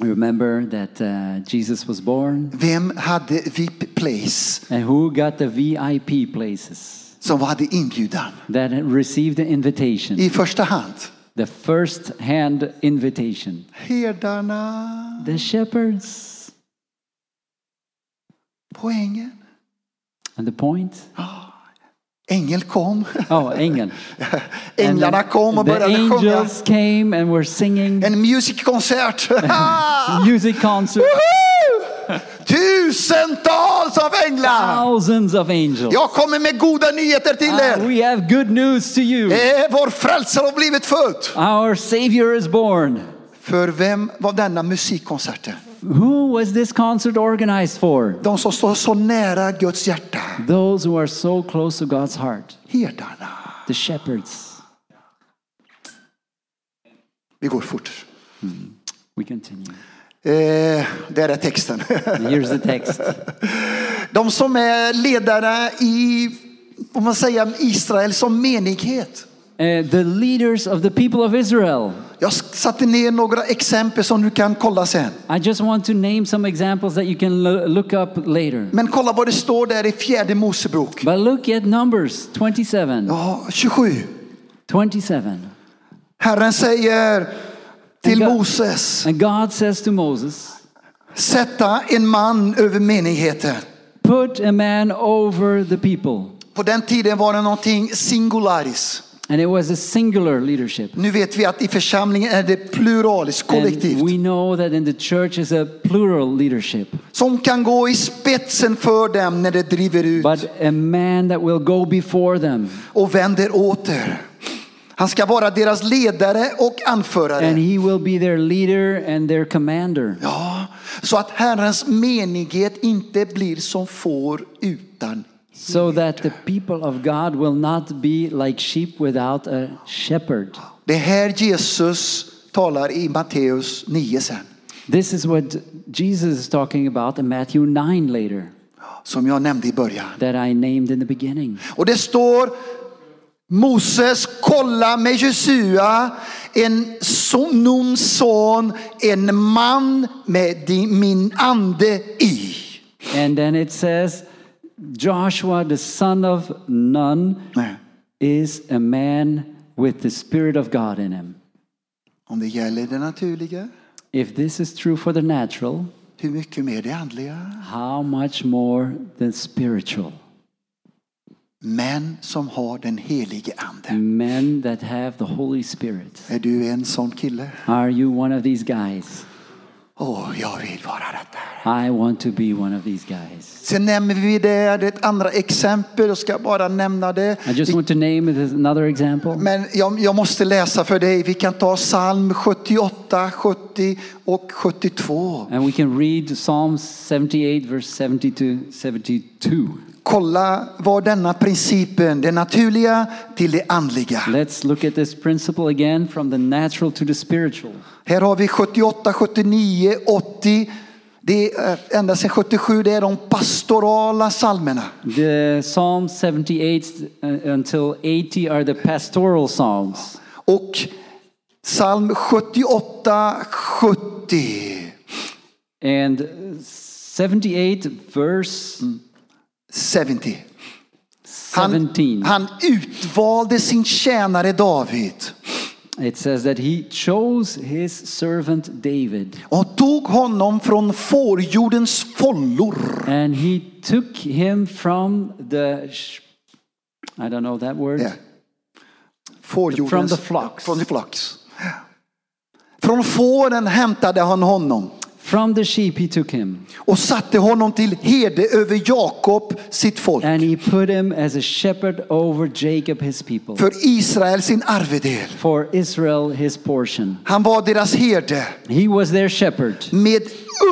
Remember that uh, Jesus was born. Vem hade VIP place And who got the VIP places som hade inbjudan? that received the invitation? I första hand The first hand invitation. herdarna. The shepherds. På ängen. And the point? Ängel *laughs* kom. Oh, Engel. And Änglarna kom och the började sjunga. angels came and were singing En *laughs* musikkonsert. music concert. Woho! *laughs* Tusentals av änglar. Thousands of angels. Jag kommer med goda nyheter till Ah, er. we have good news to you. Eh, Vår frälsare har blivit född. Our Savior is born. För vem var denna musikkonserten? Who was this concert organized for? De som står så nära Guds hjärta. Those who are so close to God's heart, Herdarna. the shepherds. Vi går fort. We continue. Eh, där är texten. *laughs* And here's the text. Uh, De som är ledare i, om man säger Israel som menighet. Uh, the leaders of the people of Israel. Jag satte ner några exempel som du kan kolla sen. I just want to name some examples that you can lo- look up later. Men kolla vad det står där i fjärde Mosebok. But look at Numbers 27. Ja, 27. 27. Herren säger till Inga- Moses. And God says to Moses, Sätta en man över menigheten. Put a man over the people. På den tiden var det någonting singularis. And it was a singular leadership. Nu vet vi att i församlingen är det pluralis, And we kollektivt. know that in the church is a plural leadership. Som kan gå i spetsen för dem när det driver ut But a man that will go before them. och vänder åter. Han ska vara deras ledare och And anförare. he will be their leader and their commander. Ja, så att Herrens menighet inte blir som får utan so that the people of God will not be like sheep without a shepherd. Det är här Jesus talar i Matteus 9 sen. This is what Jesus is talking about in Matthew 9 later, Som jag nämnde i början. that I named in the beginning. Och det står Moses kolla med Jesua, en son, nun son, en man med din, min ande i. And then it says, Joshua, the son of Nun, Nej, is a man with the Spirit of God in him. Om det gäller det naturliga, If this is true for the natural, hur mycket mer det andliga? how much more the spiritual? Män som har den helige ande. Men that have the Holy Spirit. Är du en sån kille? Are you one of these guys? Åh, jag vill vara detta. I want to be one of these guys. Sen nämner vi det, det är ett andra exempel, jag ska bara nämna det. I just want to name it as another example. Men jag, jag måste läsa för dig. Vi kan ta psalm 78, 70 och 72. And we can read Psalm 78, verse 70 to 72. Kolla vad denna principen, det naturliga till det andliga. Let's look at this principle again from the natural to the spiritual. Här har vi 78, 79, 80. Det är, eh, ända sedan 77, det är de pastorala psalmerna. The Psalm 78 uh, until 80 are the pastoral psalms. Och psalm 78, 70. And 78, verse 70. Han, 17, han utvalde sin tjänare David. it says that he chose his servant David. och tog honom från fårjordens follor. And he took him from the, sh- I don't know that word. Ja. Fårjordens, From the flocks. Från the flocks. Från fåren hämtade han honom From the sheep he took him. och satte honom till herde över Jakob, sitt folk. And he put him as a shepherd over Jacob his people. För Israel sin arvedel. For Israel his portion. Han var deras herde He was their shepherd med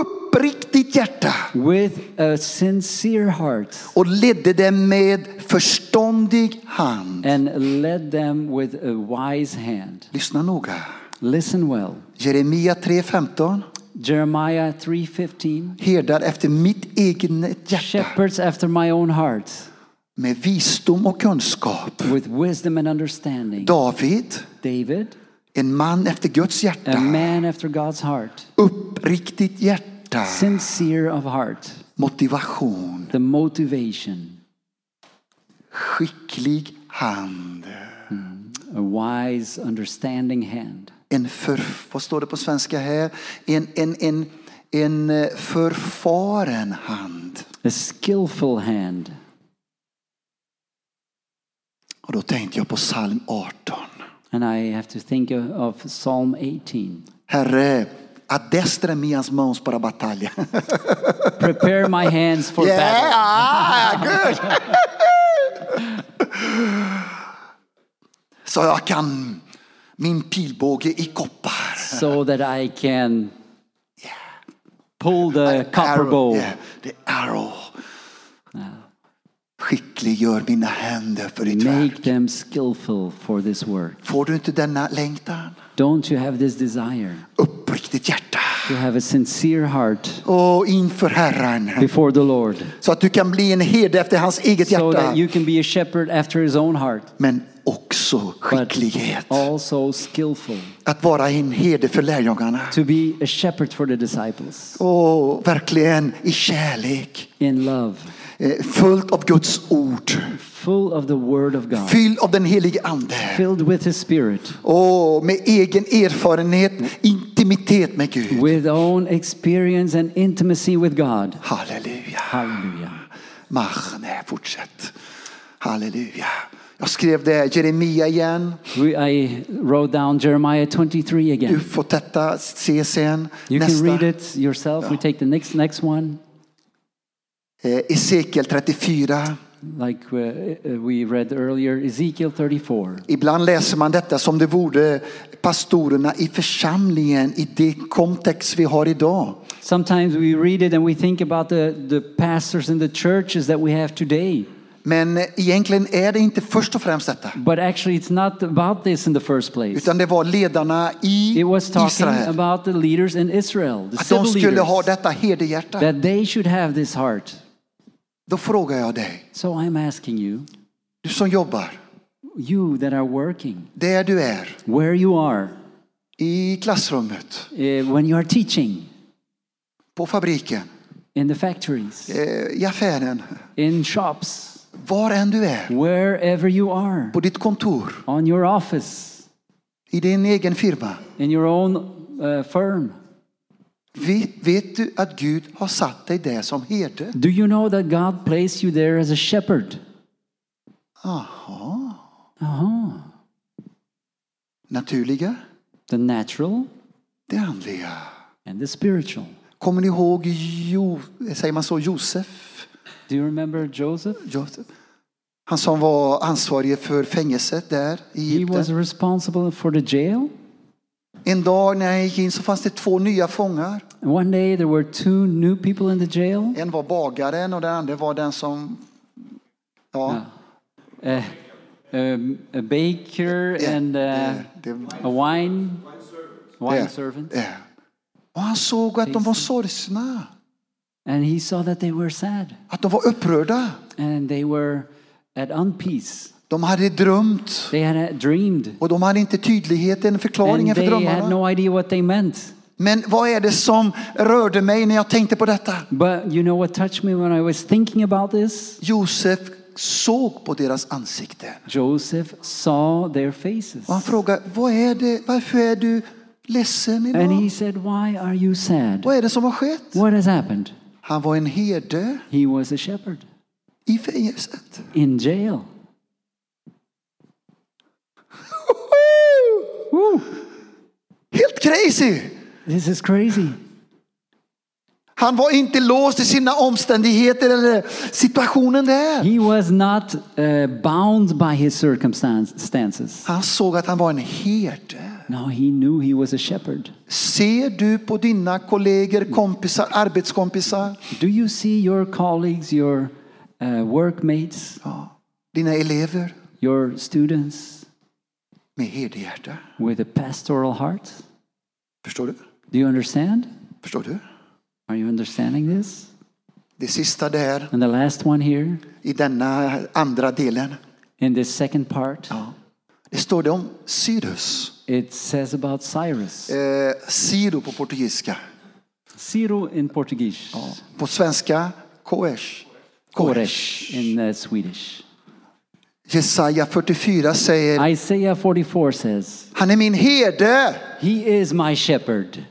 uppriktigt hjärta with a sincere heart och ledde dem med förståndig hand. and led them with a wise hand. Lyssna noga. Listen well. Jeremia 3.15. Jeremiah 3:15 Herdar efter mitt eget hjärta. Shepherds after my own heart med visdom och kunskap. with wisdom and understanding. David, David, en man efter Guds a hjärta, man after God's heart, uppriktigt hjärta, sincere of heart, motivation, the motivation, skicklig hand, a wise understanding hand. en för, vad står det på svenska här? En, en, en, en eh, förfaren hand. A skillful hand. Och då tänkte jag på psalm 18. And I have to think of, of Psalm 18. Herre, adestra minhas mãos para a batalha. Prepare my hands for Yeah, battle. ah, good. *laughs* Så jag kan min pilbåge i koppar. So that I can pull the Eh, copper Arrow, bow. yeah, the arrow. Skickliggör mina händer för ditt verk. Make them skillful for this work. Får du inte denna längtan? Don't you have this desire Uppriktigt hjärta. to have a sincere heart Och inför Herren. before the Lord? Så att du kan bli en herde efter hans eget So hjärta. that you can be a shepherd after his own heart, Men också but skicklighet. also skillful. Att vara en herde för lärjungarna. To be a shepherd for the disciples Åh, verkligen i kärlek. in love, Eh, Fullt av Guds ord. full of the word of God, Fylld av den helige ande. filled with his spirit. Åh, med egen erfarenhet, Mm. intimitet med Gud. with own experience and intimacy with God. Halleluja. Hallelujah. Mach, nej, fortsätt. Halleluja. Jag skrev det, Jeremia igen. We, I wrote down Jeremiah 23 Du again. får detta, se sen. You can Nästa. read it yourself. We take the next next one, Eh, Esekiel 34. like uh, uh, we read earlier, Ezekiel 34. Ibland läser man detta som det vore pastorerna i församlingen i det kontext vi har idag. Sometimes we read it and we think about the, the pastors in the churches that we have today. Men egentligen är det inte först och främst detta. But actually, it's not about this in the first place. Utan det var ledarna i It was talking Israel. about the leaders in Israel, the Att civil de skulle leaders, ha detta hederhjärta. that they should have this heart. Då frågar jag dig, So I'm asking you, du som jobbar, you that are working, där du är, where you are, i klassrummet, eh, when you are teaching, på fabriken, in the factories, eh, i affären, in shops, var än du är, wherever you are, på ditt kontor, on your office, i din egen firma. in your own uh, firm. Vet, vet du att Gud har satt dig där som herde? Do you know that God placed you there as a shepherd? Aha. Uh-huh. Naturliga, The natural det andliga. and the spiritual. Kommer ni ihåg, jo, säger man så, Josef? Do you remember Joseph? Josef? Han som var ansvarig för fängelset där i He was Egypten. responsible for the jail. En dag när han gick in så fanns det två nya fångar. And one day there were two new people in the jail. En var bagaren och den andra var den som... Ja, Uh, um, a baker Yeah, and uh, yeah, the- a wine wine ja, servant. ja. Och han såg att de var sorgsna, And he saw that they were sad att de var upprörda. and they were at unpeace. De hade drömt They had uh, dreamed och de hade inte tydligheten, and förklaringen för they had drömmarna. no idea what they meant. Men vad är det som rörde mig när jag tänkte på detta? But you know what touched me when I was thinking about this? Josef såg på deras ansikten. Joseph saw their faces. Och han frågade, vad är det, varför är du ledsen And he idag? said, Why are you sad? Vad är det som har skett? What has happened? Han var en herde He was a shepherd i fängelset. in jail. Woo! Helt crazy! This is crazy. Han var inte låst i sina omständigheter eller situationen där. He was not uh, bound by his circumstances. Han såg att han var en herde. No, he knew he was a shepherd. Ser du på dina kollegor, kompisar, arbetskompisar, Do you see your colleagues, your uh, workmates, ja, dina elever your students med herdehjärta? with a pastoral heart? Förstår du? Do you understand? Förstår du? Are you understanding this? Det sista där And the last one here i denna andra delen. in this second part, Ja. Det står det om Cyrus. it says about Cyrus. Eh, Ciro på portugisiska. Ciro in Portuguese, På svenska Koresh. Koresh in uh, Swedish. Jesaja 44 säger, Isaiah 44 says, han är min herde. He is my shepherd.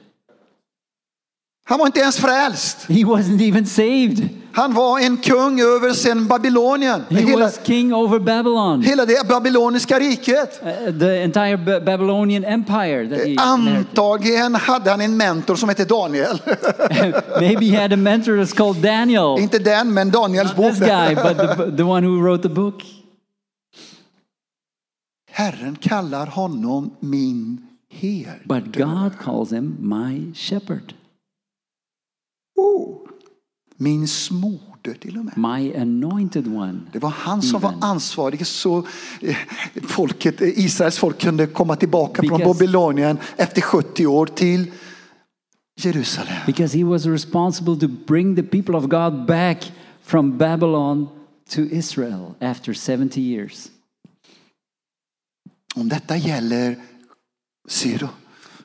Han var inte ens frälst. He wasn't even saved. Han var en kung över sen Babylonien. He Hela, was king over Babylon, hela det babyloniska riket. uh, the entire Ba- Babylonian empire. That he Um. inherited. Antagligen hade han en mentor som hette Daniel. *laughs* *laughs* Maybe he had a mentor that's called Daniel. inte den, men Daniels bok. This guy, but the, the one who wrote the book. Herren kallar honom min herde. But God calls him my shepherd, Min smorde till och med. my anointed one. Det var han som var ansvarig så eh, folket, eh, Israels folk kunde komma tillbaka från Because- Babylonien efter 70 år till Jerusalem. Because he was responsible to bring the people of God back from Babylon to Israel after 70 years. Om detta gäller Syro,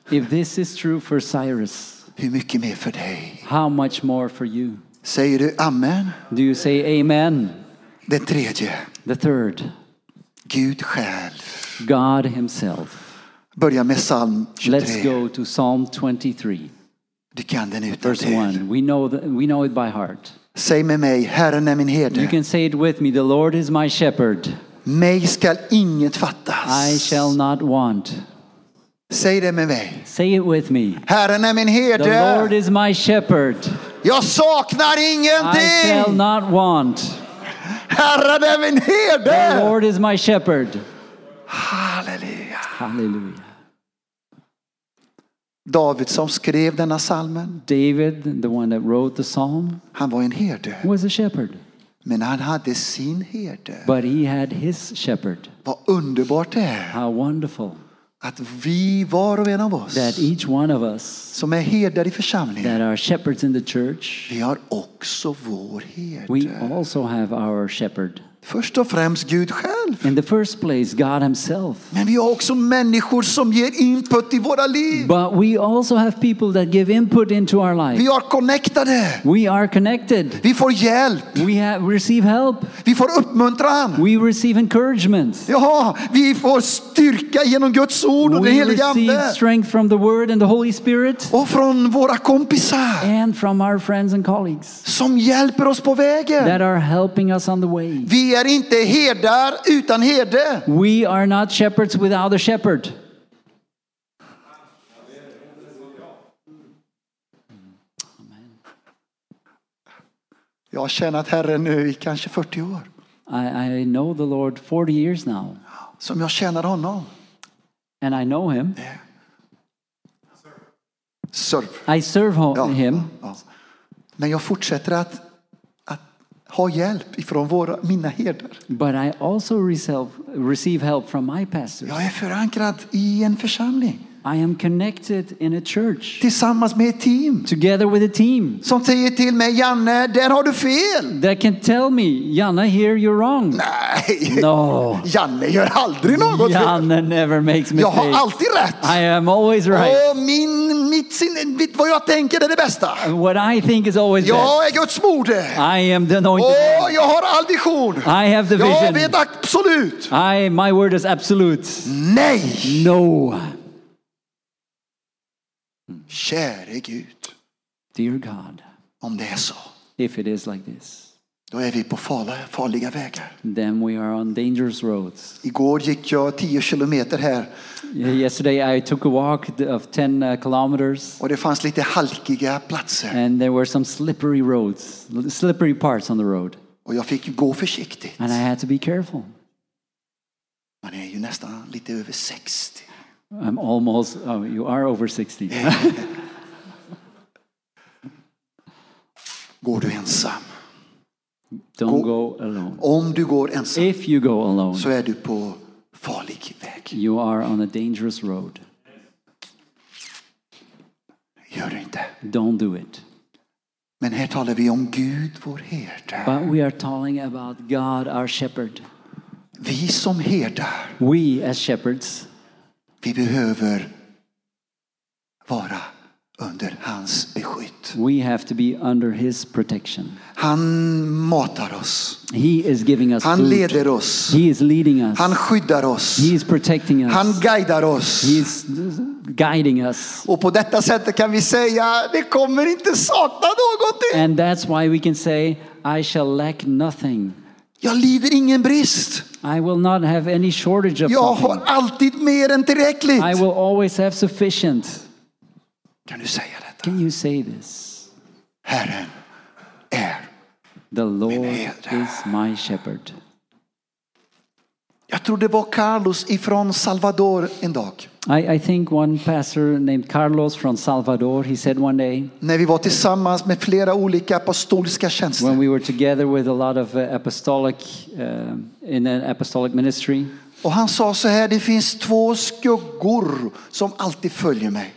If this is true for Cyrus, hur mycket mer för dig? how much more for you? Säger du amen? Do you say amen? Det tredje, The third, Gud själv. God Himself. Börja med psalm Let's 23. go to Psalm 23, Du kan den verse utantill. 1. We know, the, we know it by heart. Säg med mig, Herren är min You herde. can say it with me The Lord is my shepherd, Mig skall inget I fattas. shall not want. Säg det med mig. Say it with me. Herren är min The Lord herde. is my shepherd, Jag saknar I shall ingenting. not want. Herren är min The herde. Lord is my shepherd. Halleluja. Hallelujah. David som skrev denna salmen, David, the one that wrote the psalm, han var en herde. was a shepherd. Men han hade sin herde. But he had his shepherd. Vad underbart det är How wonderful att vi, var och en av oss, that each one of us som är herdar i församlingen, that are shepherds in the church, vi har också vår we herde. also have our shepherd. Först och främst Gud själv. In the first place, God Himself. Men vi har också människor som ger input i våra liv. But we also have people that give input into our life. Vi är connectade. We are connected. Vi får hjälp. We have, receive help. Vi får uppmuntran. We receive encouragement. Ja, vi får styrka genom Guds ord och den We helige receive Ande. strength from the Word and the Holy Spirit Och från våra kompisar and from our friends and colleagues som hjälper oss på vägen. that are helping us on the way. Vi är inte herdar utan herde. We are not shepherds without a shepherd. Jag har tjänat Herren nu i kanske 40 år. I, I know the Lord 40 years now, Som jag tjänar honom. and I know Him. Serv. I serve ho- Ja, Him, ja. Men jag fortsätter att, att ha hjälp ifrån våra, mina herdar. but I also receive, receive help from my pastors. Jag är förankrad i en församling I am connected in a church tillsammans med ett team together with a team som säger till mig Janne, där har du fel. that can tell me, Janna, here you're wrong. Nej, No, Janne gör aldrig något fel. Janna never makes Jag har mistakes. alltid rätt. I am always right. Och min, mitt sinne, mitt, vad jag tänker är det bästa. And what I think is always best. Jag är Guds moder. I am the anointed. man. Och jag har all vision. I have the Jag vision. vet absolut. I, my word is absolute. Nej, No. käre Gud, Dear God, om det är så. if it is like this, Då är vi på farliga, farliga vägar. then we are on dangerous roads. Igår gick jag 10 kilometer här Y- Yesterday I took a walk th- of 10 uh, kilometers och det fanns lite halkiga platser. and there were some slippery roads, l- slippery parts on the road. Och jag fick ju gå försiktigt. And I had to be careful. Man är ju nästan lite över 60. I'm almost, oh, you are over 60. Går du ensam? Don't go alone. Om du går ensam If you go alone, så är du på farlig väg. you are on a dangerous road. Gör det inte. Don't do it. Men här talar vi om Gud, vår herde. But we are talking about God, our shepherd. Vi som herdar, We, as shepherds, vi behöver vara under hans beskydd. we have to be under His protection. Han matar oss. He is giving us Han food. leder oss. He is leading us. Han skyddar oss. He is protecting us. Han guidar oss. He is guiding us. Och på detta sättet kan vi säga, det kommer inte sakna någonting. And that's why we can say, I shall lack nothing. Jag lider ingen brist. I will not have any shortage of Jag something. har alltid mer än tillräckligt. I will always have sufficient. Kan du säga detta? Can you say this? Herren är. The Lord herde. is my shepherd. Jag tror det var Carlos ifrån Salvador en dag. I, I think one pastor named Carlos from Salvador, he said one day, När vi var tillsammans med flera olika apostoliska tjänster. when we were together with a lot of uh, apostolic, uh, in an apostolic ministry, Och han sa så här, det finns två skuggor som alltid följer mig.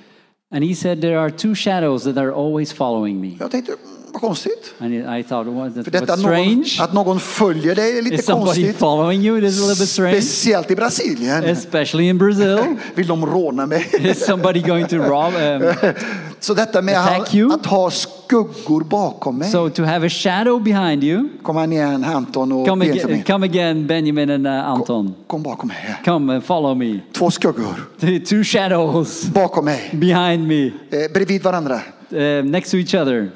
and he said, There are two shadows that are always following me. Jag tänkte, mm, vad konstigt. And I thought, well, that, För detta what's att någon, strange? att någon följer dig är lite Is somebody konstigt. following you? It is a little bit strange, Speciellt i Brasilien. especially in Brazil. Vill de råna mig? *laughs* Is somebody going to rob? *laughs* Um, Så detta med Attack att, you? att ha skuggor bakom mig. so to have a shadow behind you, Kom han igen Anton och come Benjamin. again, come again, Benjamin and uh, Anton. Kom bakom mig. här. Come and follow me. Två skuggor T- Two shadows bakom mig. behind me, Eh, bredvid varandra. uh, next to each other.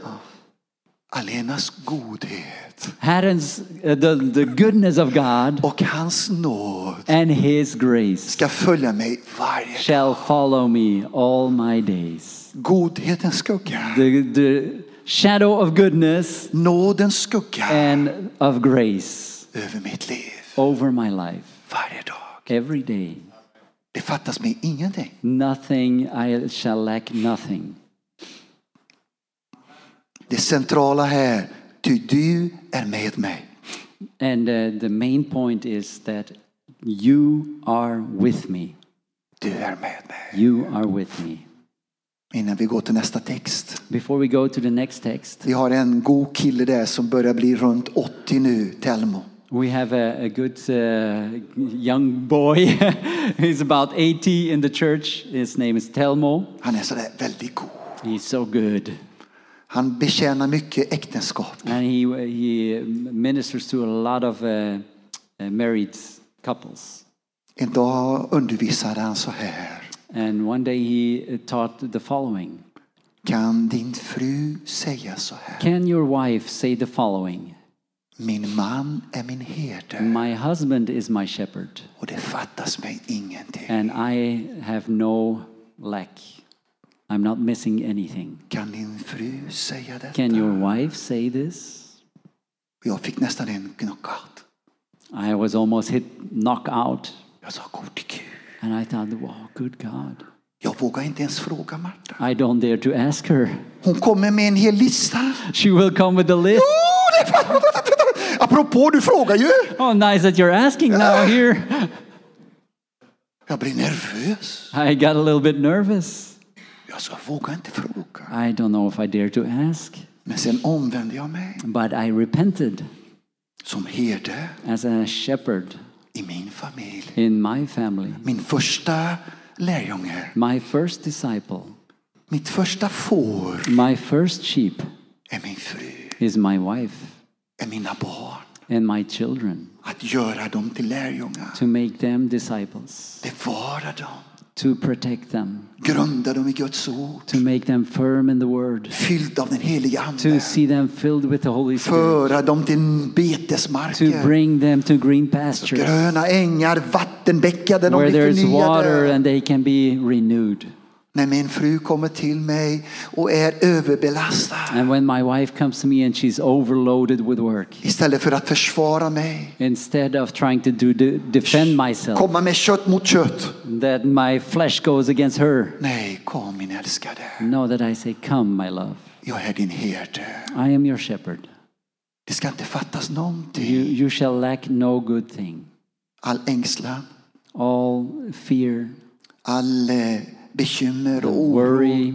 Allenas godhet Herrens, uh, the, the goodness of God och hans nåd and His grace ska följa mig varje shall follow me all my days. Godhetens skugga. The, the shadow of goodness Nådens skugga and of grace över mitt liv over my life varje dag. every day. Det fattas mig ingenting. Nothing, I shall lack nothing. Det centrala här, ty du är med mig. And uh, the main point is that you are with me. Du är med mig. You are with me. Innan vi går till nästa text. Before we go to the next text, Vi har en god kille där som börjar bli runt 80 nu, Telmo. we have a, a good uh, young boy. *laughs* He's about 80 in the church. His name is Telmo. Han är sådär väldigt god. He's so good. Han betjänar mycket äktenskap. And he, he ministers to a lot of uh, uh, married couples. En dag undervisade han så här. And one day he uh, taught the following Kan din fru säga så här? Can your wife say the following? Min man är min herde My husband is my shepherd, och det fattas mig ingenting. and I have no lack. I'm not missing anything. Kan din fru säga detta? Can your wife say this? Jag fick nästan en knockout. I was almost hit knockout, Jag sa god Gud. and I thought, wow, good God. Jag vågar inte ens fråga Marta. I don't dare to ask her. Hon kommer med en hel lista. She will come with the list. Oh, det *laughs* Apropå, du frågar ju. Oh, nice that you're asking now here. Jag blir nervös. I got a little bit nervous. Jag sa, våga inte fråga. I don't know if I dare to ask, Men sen omvände jag mig but I repented som herde as a shepherd i min familj. in my family. Min första lärjunge, My first disciple, mitt första får my first sheep är min fru, is my wife är mina barn. and my children Att göra dem till lärjungar, to make them disciples, bevara dem, to protect them, grunda dem i Guds ord, to make them firm in the word, fylld av den heliga Ande, to see them filled with the Holy Spirit, föra dem till to betesmarker, bring them to green pastures gröna ängar, vattenbäckar där de where there blir is water förnyade. and they can be renewed. När min fru kommer till mig och är överbelastad, And when my wife comes to me and she's overloaded with work, istället för att försvara mig, instead of trying to do, de- defend myself, komma med kött mot kött. that my flesh goes against her. Nej, kom min älskade. Know that I say, Come, my love, Jag är din herde. I am your shepherd. Det ska inte fattas You, någonting. you shall lack no good thing. All ängslan, All fear, all eh, bekymmer och oro. worry,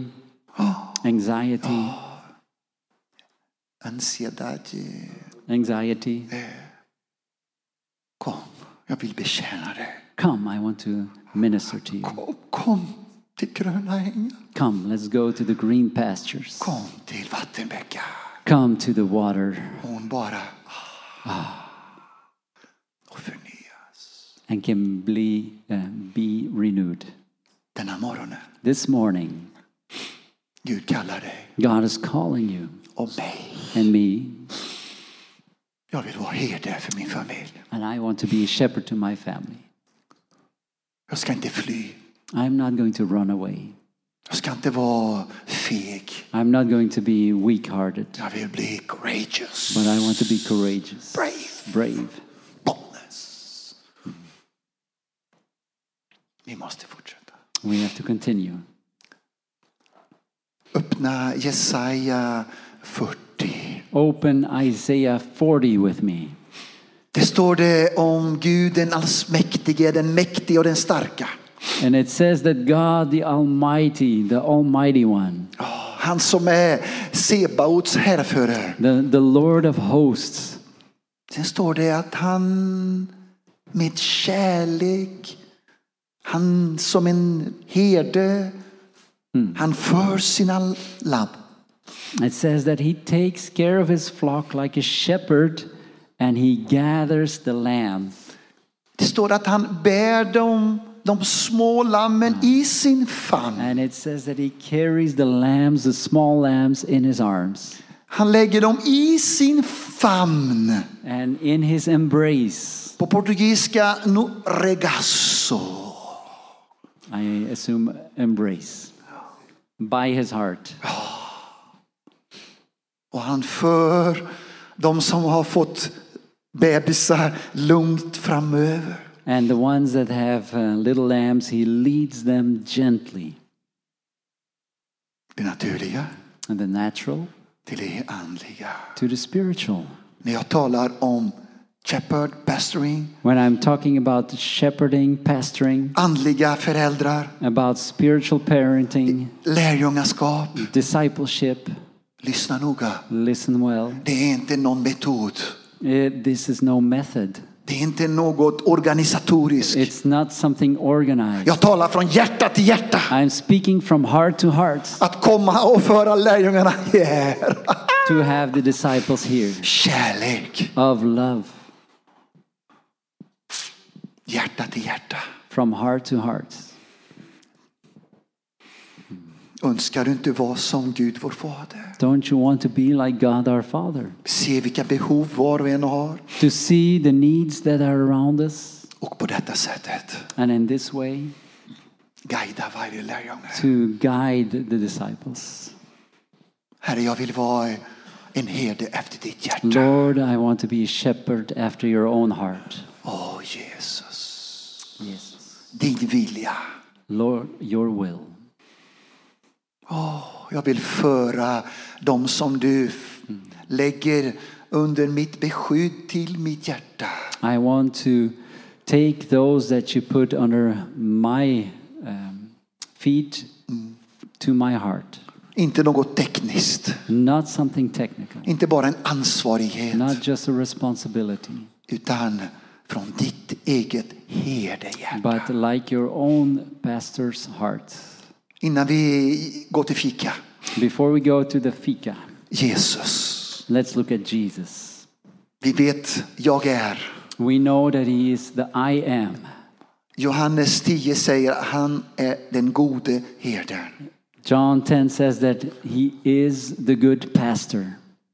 anxiety, Ansiedad. anxiety. Kom, jag vill betjäna dig. Come, I want to minister to you. Kom, kom till gröna ängar. Come, let's go to the green pastures. Kom till vattenbäckar. Come to the water Hon bara... ah, Och förnyas. and can be, uh, be renewed. Denna morgonen, This morning, Gud kallar dig God is calling you och mig. and me, Jag vill vara herde för min familj. and I want to be a shepherd to my family. Jag ska inte fly. I'm not going to run away. Jag ska inte vara feg. I'm not going to be weak hearted, Jag vill bli courageous. but I want to be courageous, Brave. brave. Boldness. Vi måste fortsätta. We have to continue. Öppna Jesaja 40. Open Isaiah 40 with me. Det står det om Gud den allsmäktige, den mäktige och den starka. And it says that God the Almighty, the Almighty One, Ja, Han som är Sebaots härförare. the, the Lord of hosts, Sen står det att han med kärlek, han som en herde, han för sina lamm. it says that He takes care of His flock like a shepherd and He gathers the lambs. Det står att han bär dem, de små lammen i sin famn. And it says that He carries the lambs, the small lambs, in His arms. Han lägger dem i sin famn. And in his embrace, På portugisiska, no regasso. I assume embrace, by his heart. Och han för de som har fått bebisar lugnt framöver. And the ones that have uh, little lambs, he leads them gently. Det naturliga And the natural till det andliga. to the spiritual. När jag talar om shepherd, pastoring, When I'm talking about shepherding, pastoring, andliga föräldrar, about spiritual parenting, lärjungaskap. discipleship, Lyssna noga. listen well. Det är inte någon metod. Eh, this is no method. Det är inte något organisatoriskt. It's not something organized. Jag talar från hjärta till hjärta. I'm speaking from heart to heart Att komma och föra lärjungarna här. to have the disciples here Kärlek. of love Hjärta till hjärta. from heart to heart. Önskar du inte vara som Gud vår fader? Don't you want to be like God our Father? Se vilka behov var och en har. To see the needs that are around us Och på detta sättet and in this way guida varje lärjunge. to guide the disciples. Herre, jag vill vara en herde efter ditt hjärta. Lord, I want to be a shepherd after your own heart. Åh Jesus, Yes. din vilja. Lord, your will. Jag vill föra dem som du f- lägger under mitt beskydd till mitt hjärta. I want to take those that you put under my um, feet to my heart. Inte något tekniskt, Not something technical, inte bara en ansvarighet, not just a responsibility, utan från ditt eget herdehjärta. but like your own pastor's heart. Innan vi går till fika, Before we go to the fika, Jesus. let's look at Jesus. Vi vet, jag är. We know that he is the I am. Johannes 10 säger att han är den gode herden. John 10 says that he is the good pastor.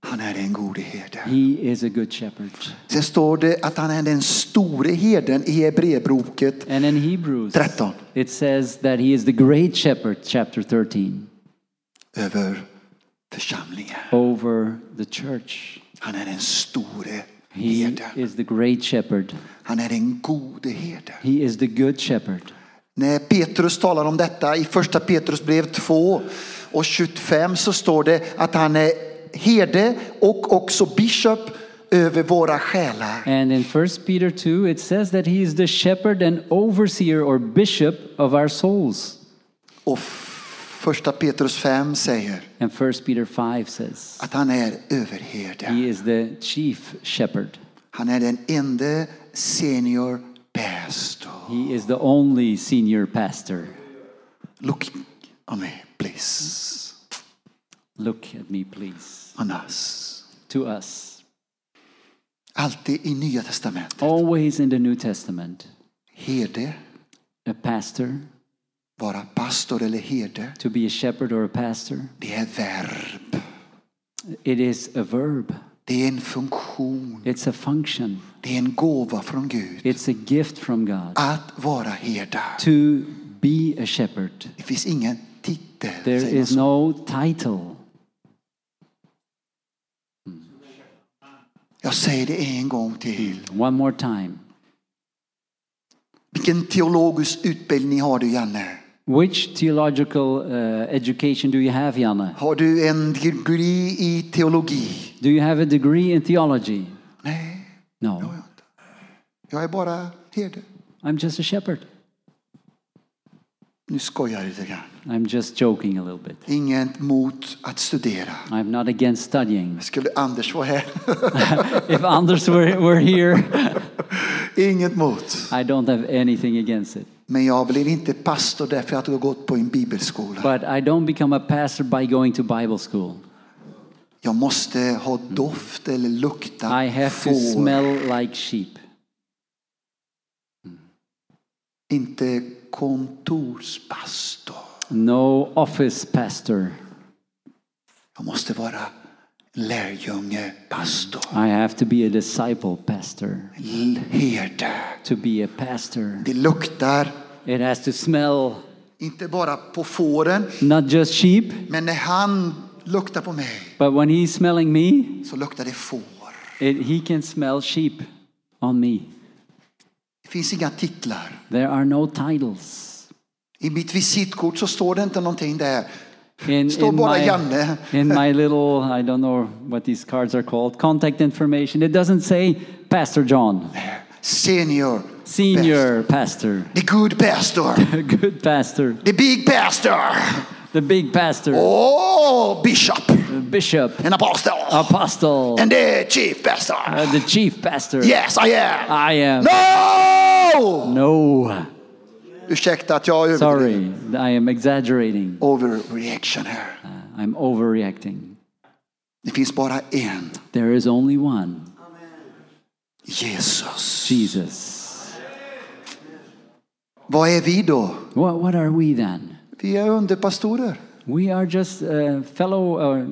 Han är den gode herden. He is a good shepherd. Sen står det att han är den store herden i Hebreerbroket And in Hebrews, 13. It says that he is the great shepherd, chapter 13, Över församlingen. over the church. Han är den store He herden. is the great shepherd. Han är den gode herden. He is the good shepherd. När Petrus talar om detta i första Petrus brev 2 och 25 så står det att han är herde och också bishop över våra själar. And in 1 Peter 2, it says that he is the shepherd and overseer or bishop of our souls. Och f- första Petrus 5 säger And 1 Peter 5 says att han är överherden. he is the chief shepherd. Han är den enda senior pastor. He is the only senior pastor. Look on me, please. Look at me, please. On us. To us. Alltid i Nya Testamentet. Always in the New Testament, Herde, a pastor vara pastor eller herde, to be a shepherd or a pastor. det är verb. It is a verb, Det är en funktion. it's a function, Det är en gåva från Gud. it's a gift from God Att vara herda. to be a shepherd. Det finns ingen titel. There säger man is så. no title. Jag säger det en gång till. One more time. Vilken teologisk utbildning har du, Janne? Which theological uh, education do you have, Janne? Har du en degree i teologi? Do you have a degree in theology? Nej, det har No, jag inte. Jag är bara herde. I'm just a shepherd. Nu skojar jag lite grann. I'm just joking a little bit. Inget mot att studera. I'm not against studying. *laughs* Skulle Anders vara här? *laughs* if Anders were, were here, Inget mot. I don't have anything against it. Men jag blir inte pastor därför att jag har gått på en bibelskola. But I don't become a pastor by going to Bible school. Jag måste ha doft eller lukta I have to får. smell like sheep, Inte kontorspastor. no office pastor. Jag måste vara lärjungepastor. I have to be a disciple pastor. L- Herde. To be a pastor, Det luktar it has to smell inte bara på fåren, not just sheep, men när han luktar på mig but when he's smelling me, så luktar det får. it, he can smell sheep on me. Det finns inga titlar. There are no titles. I mitt visitkort så står det inte någonting där. in, Står in bara my, Janne. in my little, I don't know what these cards are called, contact information. It doesn't say Pastor John, Senior. senior pastor, *laughs* The good pastor. good pastor, The big pastor. the big pastor, Oh, bishop. bishop, An apostle. apostle, And the chief pastor. uh, the chief pastor. Yes, I am. I am. No! No, Ursäkta att jag överdriver. sorry, I am exaggerating. Overreaction här. I'm overreacting. Det finns bara en. There is only one, Jesus. Jesus. Vad är vi då? What, what are we then? Vi är underpastorer. We are just uh, fellow uh,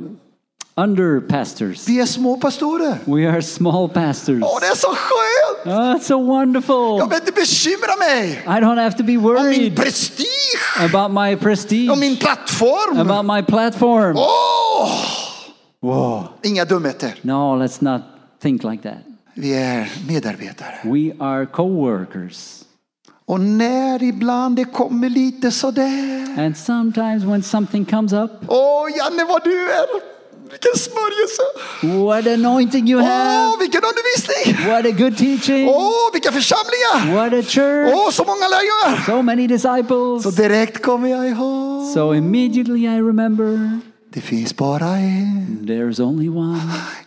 under pastors. Vi är små pastorer. We are small pastors. Åh, det är så skönt! Oh, that's so Jag wonderful. behöver inte bekymra mig I don't have to be om min worried prestige, about my om prestige, min plattform. about my Oh. platform. Åh! Inga dumheter. No, let's not think like that. Vi är medarbetare. We are co workers. Och när ibland det kommer lite sådär. And sometimes when something comes up, Åh, Janne vad du är! Vilken smörjelse! what anointing Oh, you have, Åh, vilken undervisning! what a good teaching, Åh, vilka församlingar! what a church, Åh, så många lärjungar! so many Så disciples. direkt kommer jag ihåg. So immediately I remember Det finns bara en. there's only one.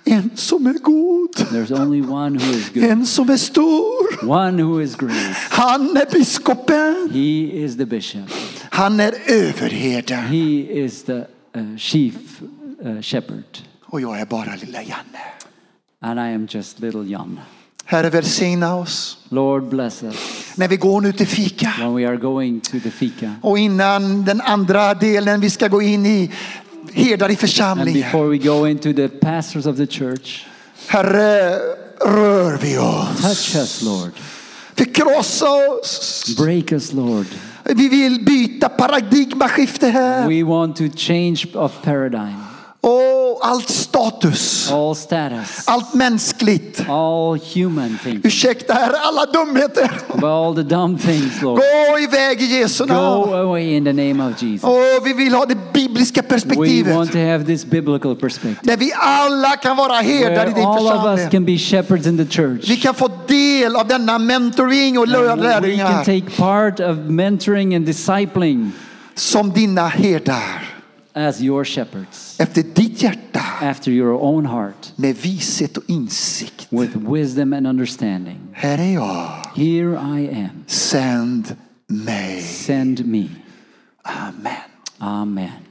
En som är god. There's only one who is good, En som är stor. one who is great. Han är biskopen. He is the bishop. Han är överherden. He is the uh, chief uh, shepherd. Och jag är bara lilla Janne. And I am just little Jan. Herre välsigna oss. Lord bless us När vi går nu till fika. when we are going to the fika. Och innan den andra delen vi ska gå in i, herdar i And församlingen. before we go into the pastors of the church, Herre, rör vi oss. touch us, Lord. Förkrossa oss. Break us, Lord. Vi vill byta paradigmaskifte här. We want to change of paradigm, Och allt status, all status, allt mänskligt. all human things, Ursäkta herre, alla dumheter. all the dumb things, Lord. Gå iväg i Jesu namn. Go away in the name of Jesus. Och vi vill ha det bibliska We perspektivet. want to have this biblical perspective. Där vi alla kan vara herdar i where din all of us församling. can be shepherds in the church. Vi kan få del av denna mentoring och We can lärjungar take part of mentoring and discipling som dina herdar. as your shepherds Efter ditt hjärta after your own heart med vishet och insikt. with wisdom and understanding. Här är jag. Here I am. Sänd mig. Send me. Amen. Amen.